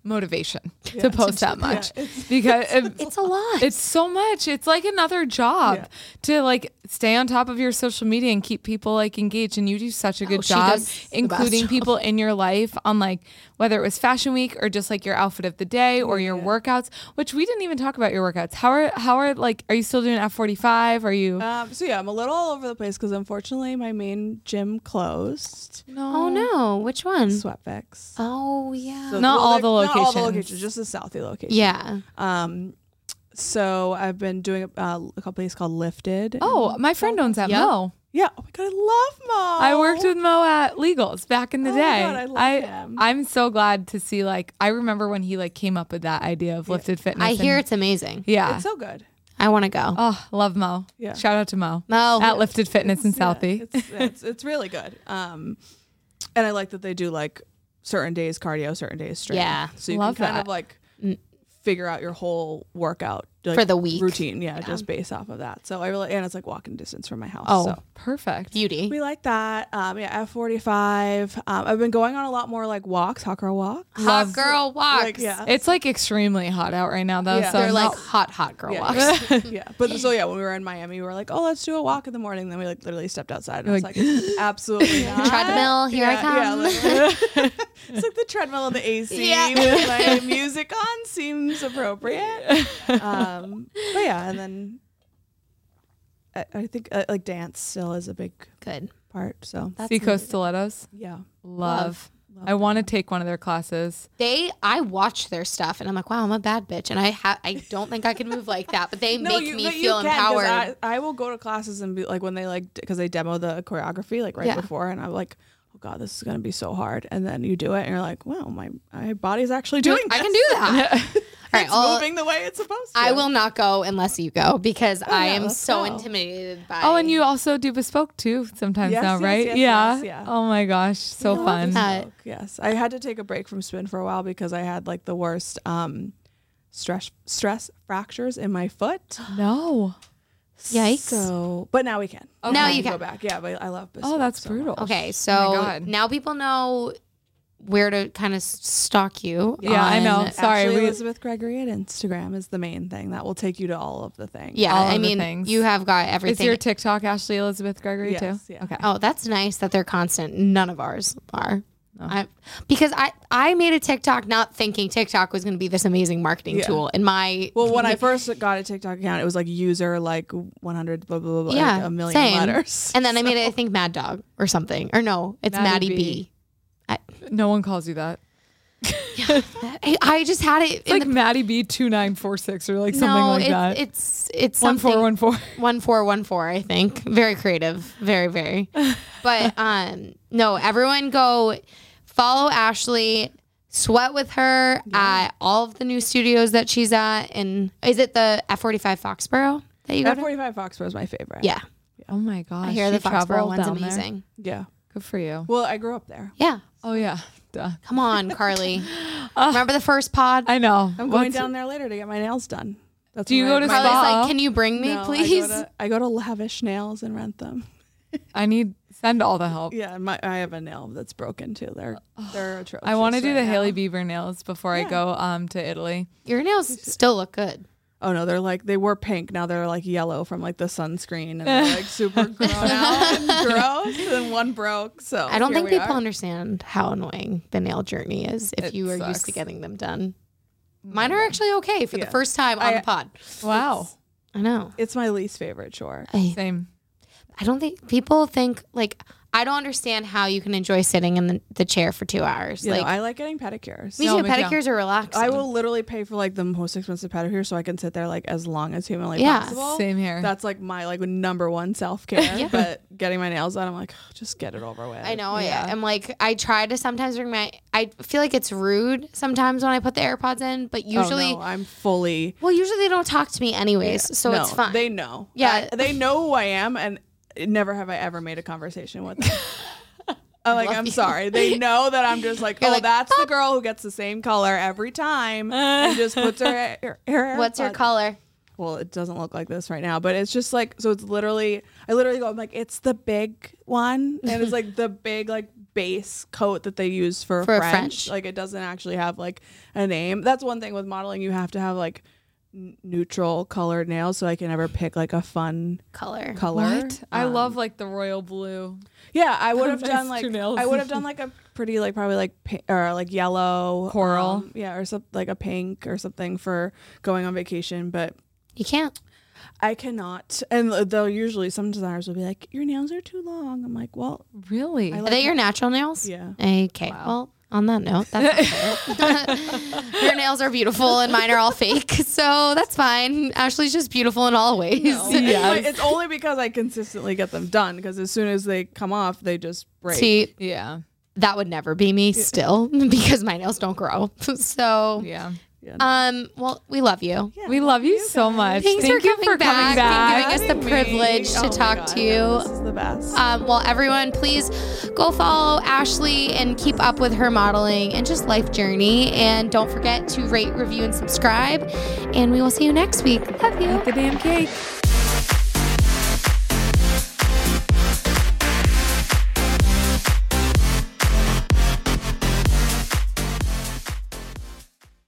Speaker 1: motivation to post that much because
Speaker 2: It's a
Speaker 1: (laughs)
Speaker 2: lot.
Speaker 1: It's so much. It's like another job
Speaker 3: Yeah.
Speaker 1: to like stay on top of your social media and keep people like engaged. And you do such a good
Speaker 2: Oh, she
Speaker 1: job,
Speaker 2: does the best
Speaker 1: including
Speaker 2: job.
Speaker 1: people in your life on like whether it was fashion week or just like your outfit of the day or your workouts, which we didn't even talk about your workouts. How are how are like are you still doing F forty five? Are you
Speaker 2: Uh,
Speaker 3: Um, so yeah, I'm a little all over the place because unfortunately my main gym closed.
Speaker 2: oh no, which one?
Speaker 3: Sweatvex.
Speaker 2: Oh yeah,
Speaker 3: So-
Speaker 1: Uh, Not all
Speaker 3: they're-
Speaker 1: the
Speaker 3: Not all the
Speaker 1: locations.
Speaker 3: locations, just the Southie location.
Speaker 2: yeah.
Speaker 3: Um, so I've been doing uh, a company called Lifted.
Speaker 1: Oh, my friend owns that
Speaker 2: Yep. Oh.
Speaker 1: Mo.
Speaker 3: yeah. Oh my god, I love Mo.
Speaker 1: I worked with Mo at Legals back in the
Speaker 3: Oh my
Speaker 1: day.
Speaker 3: God, I love him.
Speaker 1: am so glad to see like I remember when he like came up with that idea of lifted fitness.
Speaker 2: I
Speaker 1: and-
Speaker 2: hear it's amazing.
Speaker 1: Yeah.
Speaker 3: It's so good.
Speaker 2: I want to go.
Speaker 1: oh, love Mo.
Speaker 3: Yeah.
Speaker 1: Shout out to Mo.
Speaker 2: Mo.
Speaker 1: at Lifted Fitness in
Speaker 3: Yeah,
Speaker 1: Southie.
Speaker 3: it's, it's it's really good. Um, and I like that they do like certain days cardio, certain days strength.
Speaker 2: Yeah, Mm.
Speaker 3: so you
Speaker 1: love
Speaker 3: can kind
Speaker 1: that.
Speaker 3: of like figure out your whole workout like,
Speaker 2: For the week.
Speaker 3: routine. Yeah, just based off of that. So I really and it's like walking distance from my house.
Speaker 2: Oh.
Speaker 3: so.
Speaker 1: Perfect.
Speaker 2: Beauty.
Speaker 3: we like that. Um, yeah, F forty five. Um, I've been going on a lot more like walks, hot girl walks.
Speaker 2: hot girl walks.
Speaker 3: Like, yeah.
Speaker 1: It's like extremely hot out right now though.
Speaker 3: Yeah.
Speaker 1: So
Speaker 2: They're
Speaker 1: I'm
Speaker 2: like
Speaker 1: not-
Speaker 2: hot, hot girl
Speaker 3: yeah,
Speaker 2: walks.
Speaker 3: (laughs) Yeah. yeah. But so yeah, when we were in Miami, we were like, oh, let's do a walk in the morning. Then we like literally stepped outside and I was
Speaker 1: Like-
Speaker 3: like, (gasps) absolutely not.
Speaker 2: Treadmill, here I come. (laughs)
Speaker 3: like- it's like the treadmill and the AC.
Speaker 2: Yeah. (laughs)
Speaker 3: with my music on seems appropriate. Um, but yeah, and then I, I think uh, like dance still is a big
Speaker 2: Good.
Speaker 3: part. So
Speaker 2: That's
Speaker 1: Seacoast Stilettos.
Speaker 3: yeah,
Speaker 1: Love. I want to take one of their classes.
Speaker 2: they I watch their stuff and I'm like, wow, I'm a bad bitch, and I ha- I don't think I can move like that, but
Speaker 3: (laughs)
Speaker 2: they make me
Speaker 3: but
Speaker 2: feel
Speaker 3: can, 'cause
Speaker 2: empowered.
Speaker 3: I, I will go to classes and be like when they like because they demo the choreography like right
Speaker 2: Yeah.
Speaker 3: before, and I'm like, oh god, this is gonna be so hard. And then you do it, and you're like, wow, my my body's actually doing.
Speaker 2: I can
Speaker 3: this. (laughs)
Speaker 1: (laughs)
Speaker 2: do that. All right,
Speaker 3: It's
Speaker 2: I'll-
Speaker 3: moving the way it's supposed to.
Speaker 2: I will not go unless you go because I
Speaker 3: Oh, yeah,
Speaker 2: am
Speaker 3: let's
Speaker 2: so
Speaker 3: go.
Speaker 2: intimidated by.
Speaker 1: Oh, and you also do bespoke too sometimes
Speaker 3: Yes,
Speaker 1: now,
Speaker 3: yes,
Speaker 1: right?
Speaker 3: yes,
Speaker 1: yeah.
Speaker 3: yes, yeah.
Speaker 1: Oh my gosh, so fun.
Speaker 2: that.
Speaker 3: Smoke, yes, I had to take a break from spin for a while because I had like the worst um, stress stress fractures in my foot.
Speaker 1: No.
Speaker 2: (gasps) Yikes.
Speaker 3: So, but now we can.
Speaker 2: Now you
Speaker 3: go
Speaker 2: can.
Speaker 3: back. Yeah, but I love.
Speaker 1: Oh,
Speaker 3: bespoke
Speaker 1: that's
Speaker 3: so Oh
Speaker 1: brutal.
Speaker 3: much.
Speaker 2: Okay,
Speaker 1: Oh, my
Speaker 2: so
Speaker 1: God.
Speaker 2: now people know where to kind of stalk you.
Speaker 1: Yeah, I know.
Speaker 2: on-
Speaker 1: Sorry,
Speaker 3: Ashley
Speaker 1: we-
Speaker 3: Elizabeth Gregory at Instagram is the main thing that will take you to all of the things.
Speaker 2: Yeah,
Speaker 1: All
Speaker 2: I
Speaker 1: of the
Speaker 2: mean,
Speaker 1: things.
Speaker 2: you have got
Speaker 1: Is
Speaker 2: everything.
Speaker 1: your TikTok Ashley Elizabeth Gregory
Speaker 3: Yes,
Speaker 1: too?
Speaker 3: yeah.
Speaker 1: Okay.
Speaker 2: Oh, that's nice that they're constant. None of ours are. I, because I, I made a TikTok not thinking TikTok was going to be this amazing marketing
Speaker 3: Yeah.
Speaker 2: tool. And my
Speaker 3: Well, when I first got a TikTok account, it was like user like 100 blah blah blah, blah
Speaker 2: yeah,
Speaker 3: like a million
Speaker 2: same.
Speaker 1: (laughs)
Speaker 3: letters.
Speaker 2: And then I made it, I think Mad Dog or something. Or no, it's
Speaker 1: Maddie
Speaker 2: Maddie, B.
Speaker 1: B. No one calls you that.
Speaker 2: I, I just had it
Speaker 1: It's
Speaker 2: in
Speaker 1: like
Speaker 2: the
Speaker 1: Maddie B two nine four six or like something
Speaker 2: no,
Speaker 1: like
Speaker 2: it's,
Speaker 1: that.
Speaker 2: it's it's
Speaker 1: one
Speaker 2: something
Speaker 1: four one four.
Speaker 2: one four one four. I think very creative, very
Speaker 1: (laughs)
Speaker 2: very. But um, no, everyone go follow Ashley, sweat with her at all of the new studios that she's at, and is it the F forty five Foxborough that you go to?
Speaker 3: F45 Foxborough is my favorite.
Speaker 2: Yeah,
Speaker 1: Oh my gosh!
Speaker 2: I hear the
Speaker 1: you travel
Speaker 2: Foxborough one's
Speaker 1: down there?
Speaker 2: amazing.
Speaker 3: yeah.
Speaker 1: Good for you.
Speaker 3: Well, I grew up there.
Speaker 2: Yeah,
Speaker 1: Oh yeah, Duh. (laughs)
Speaker 2: come on, Carly. Remember the first pod?
Speaker 1: Oh. I know.
Speaker 3: I'm going down there later to get my nails done. That's
Speaker 1: Do
Speaker 3: when
Speaker 1: you go
Speaker 3: I-
Speaker 1: to
Speaker 3: my-
Speaker 2: Carly's
Speaker 1: Spa.
Speaker 2: like, can you bring me,
Speaker 3: No, I go
Speaker 2: please?
Speaker 3: to- I go, to, lavish nails and rent them.
Speaker 1: I need send all the help.
Speaker 3: Yeah, my, I have a nail that's broken too. They're they're atrocious.
Speaker 1: Uh, I want to do
Speaker 3: right
Speaker 1: the
Speaker 3: now.
Speaker 1: Haley Bieber nails before I
Speaker 3: Yeah.
Speaker 1: go um to Italy.
Speaker 2: Your nails
Speaker 1: (laughs)
Speaker 2: still look good.
Speaker 3: Oh no, they're like they were pink. Now they're like yellow from like the sunscreen, and they're
Speaker 2: (laughs)
Speaker 3: like super grown out and gross. And one broke, so
Speaker 2: I don't
Speaker 3: here
Speaker 2: think
Speaker 3: we
Speaker 2: people
Speaker 3: are.
Speaker 2: understand how annoying the nail journey is if
Speaker 1: It
Speaker 2: you are used
Speaker 1: sucks.
Speaker 2: to getting them done. Mine are actually okay for
Speaker 3: Mm-hmm. Yeah.
Speaker 2: the first time on
Speaker 3: I-
Speaker 2: the pod.
Speaker 1: Wow.
Speaker 2: I know.
Speaker 3: It's my least favorite chore.
Speaker 2: I,
Speaker 1: Same.
Speaker 2: I don't think people think like I don't understand how you can enjoy sitting in the, the chair for two hours.
Speaker 3: You
Speaker 2: like
Speaker 3: know, I like getting pedicures.
Speaker 2: me
Speaker 1: No,
Speaker 2: too.
Speaker 1: me too.
Speaker 2: Pedicures are relaxing.
Speaker 3: I will literally pay for like the most expensive pedicure so I can sit there like as long as humanly
Speaker 2: Yeah.
Speaker 3: possible.
Speaker 1: Same here.
Speaker 3: That's like my like number one self care.
Speaker 2: (laughs)
Speaker 3: But getting my nails done, I'm like, "Ugh, just get it over with. Oh,
Speaker 2: I know.
Speaker 1: Yeah.
Speaker 2: I, I'm like, I try to sometimes bring my. I feel like it's rude sometimes when I put the AirPods in, but
Speaker 3: Oh,
Speaker 2: usually,
Speaker 3: no, I'm fully.
Speaker 2: well, usually they don't talk to me anyways, so
Speaker 3: No,
Speaker 2: it's fine.
Speaker 3: They know.
Speaker 2: Yeah.
Speaker 3: I- they know who I am, and never have I ever made a conversation with them.
Speaker 2: (laughs)
Speaker 3: I'm like,
Speaker 2: Love
Speaker 3: I'm
Speaker 2: you.
Speaker 3: sorry. They know that I'm just like,
Speaker 2: You're
Speaker 3: oh,
Speaker 2: like,
Speaker 3: that's the girl who gets the same color every time and just
Speaker 2: (laughs)
Speaker 3: puts her, her, her
Speaker 2: What's your
Speaker 3: AirPods
Speaker 2: color?
Speaker 3: well, it doesn't look like this right now, but it's just like so. It's literally, I literally go, I'm like, it's the big one, and it's like the big like base coat that they use for,
Speaker 2: For
Speaker 3: French.
Speaker 2: French.
Speaker 3: Like it doesn't actually have like a name. That's one thing with modeling, you have to have like n- neutral colored nails, so I can never pick like a fun
Speaker 2: Color.
Speaker 3: color.
Speaker 1: What? I
Speaker 3: Um,
Speaker 1: love like the royal blue.
Speaker 3: Yeah, I would have
Speaker 1: Nice
Speaker 3: done like
Speaker 1: two nails.
Speaker 3: I
Speaker 1: (laughs)
Speaker 3: would have done like a pretty like probably like pi- or like yellow
Speaker 1: Coral.
Speaker 3: um, yeah, or something like a pink or something for going on vacation, but.
Speaker 2: You can't.
Speaker 3: I cannot. And uh, they'll usually some designers will be like, "Your nails are too long." I'm like, (laughs) "Well,
Speaker 1: Really?
Speaker 3: I
Speaker 2: Are
Speaker 3: like
Speaker 2: they your natural nails?
Speaker 3: Yeah.
Speaker 2: Okay. Well, on that note, that's not
Speaker 3: (laughs)
Speaker 2: fair. (laughs) your nails are beautiful and mine are all fake, (laughs) so that's fine. Ashley's just beautiful in all ways. (laughs)
Speaker 3: yeah." It's only because I consistently get them done. Because as soon as they come off, they just break.
Speaker 2: See,
Speaker 1: yeah.
Speaker 2: that would never be me still (laughs) because my nails don't grow. (laughs) So,
Speaker 1: Yeah.
Speaker 3: Yeah, no.
Speaker 2: um, well, we love you.
Speaker 3: Yeah,
Speaker 1: We love you so much.
Speaker 2: Thanks
Speaker 1: Thank
Speaker 2: for
Speaker 1: you
Speaker 2: coming back and giving us the
Speaker 3: Having me.
Speaker 2: privilege to
Speaker 3: Oh my
Speaker 2: talk
Speaker 3: God,
Speaker 2: to
Speaker 3: I know,
Speaker 2: you.
Speaker 3: This is the best.
Speaker 2: Um, well, everyone, please go follow Ashley and keep up with her modeling and just life journey. And don't forget to rate, review, and subscribe. And we will see you next week. Love you.
Speaker 1: Eat the damn cake.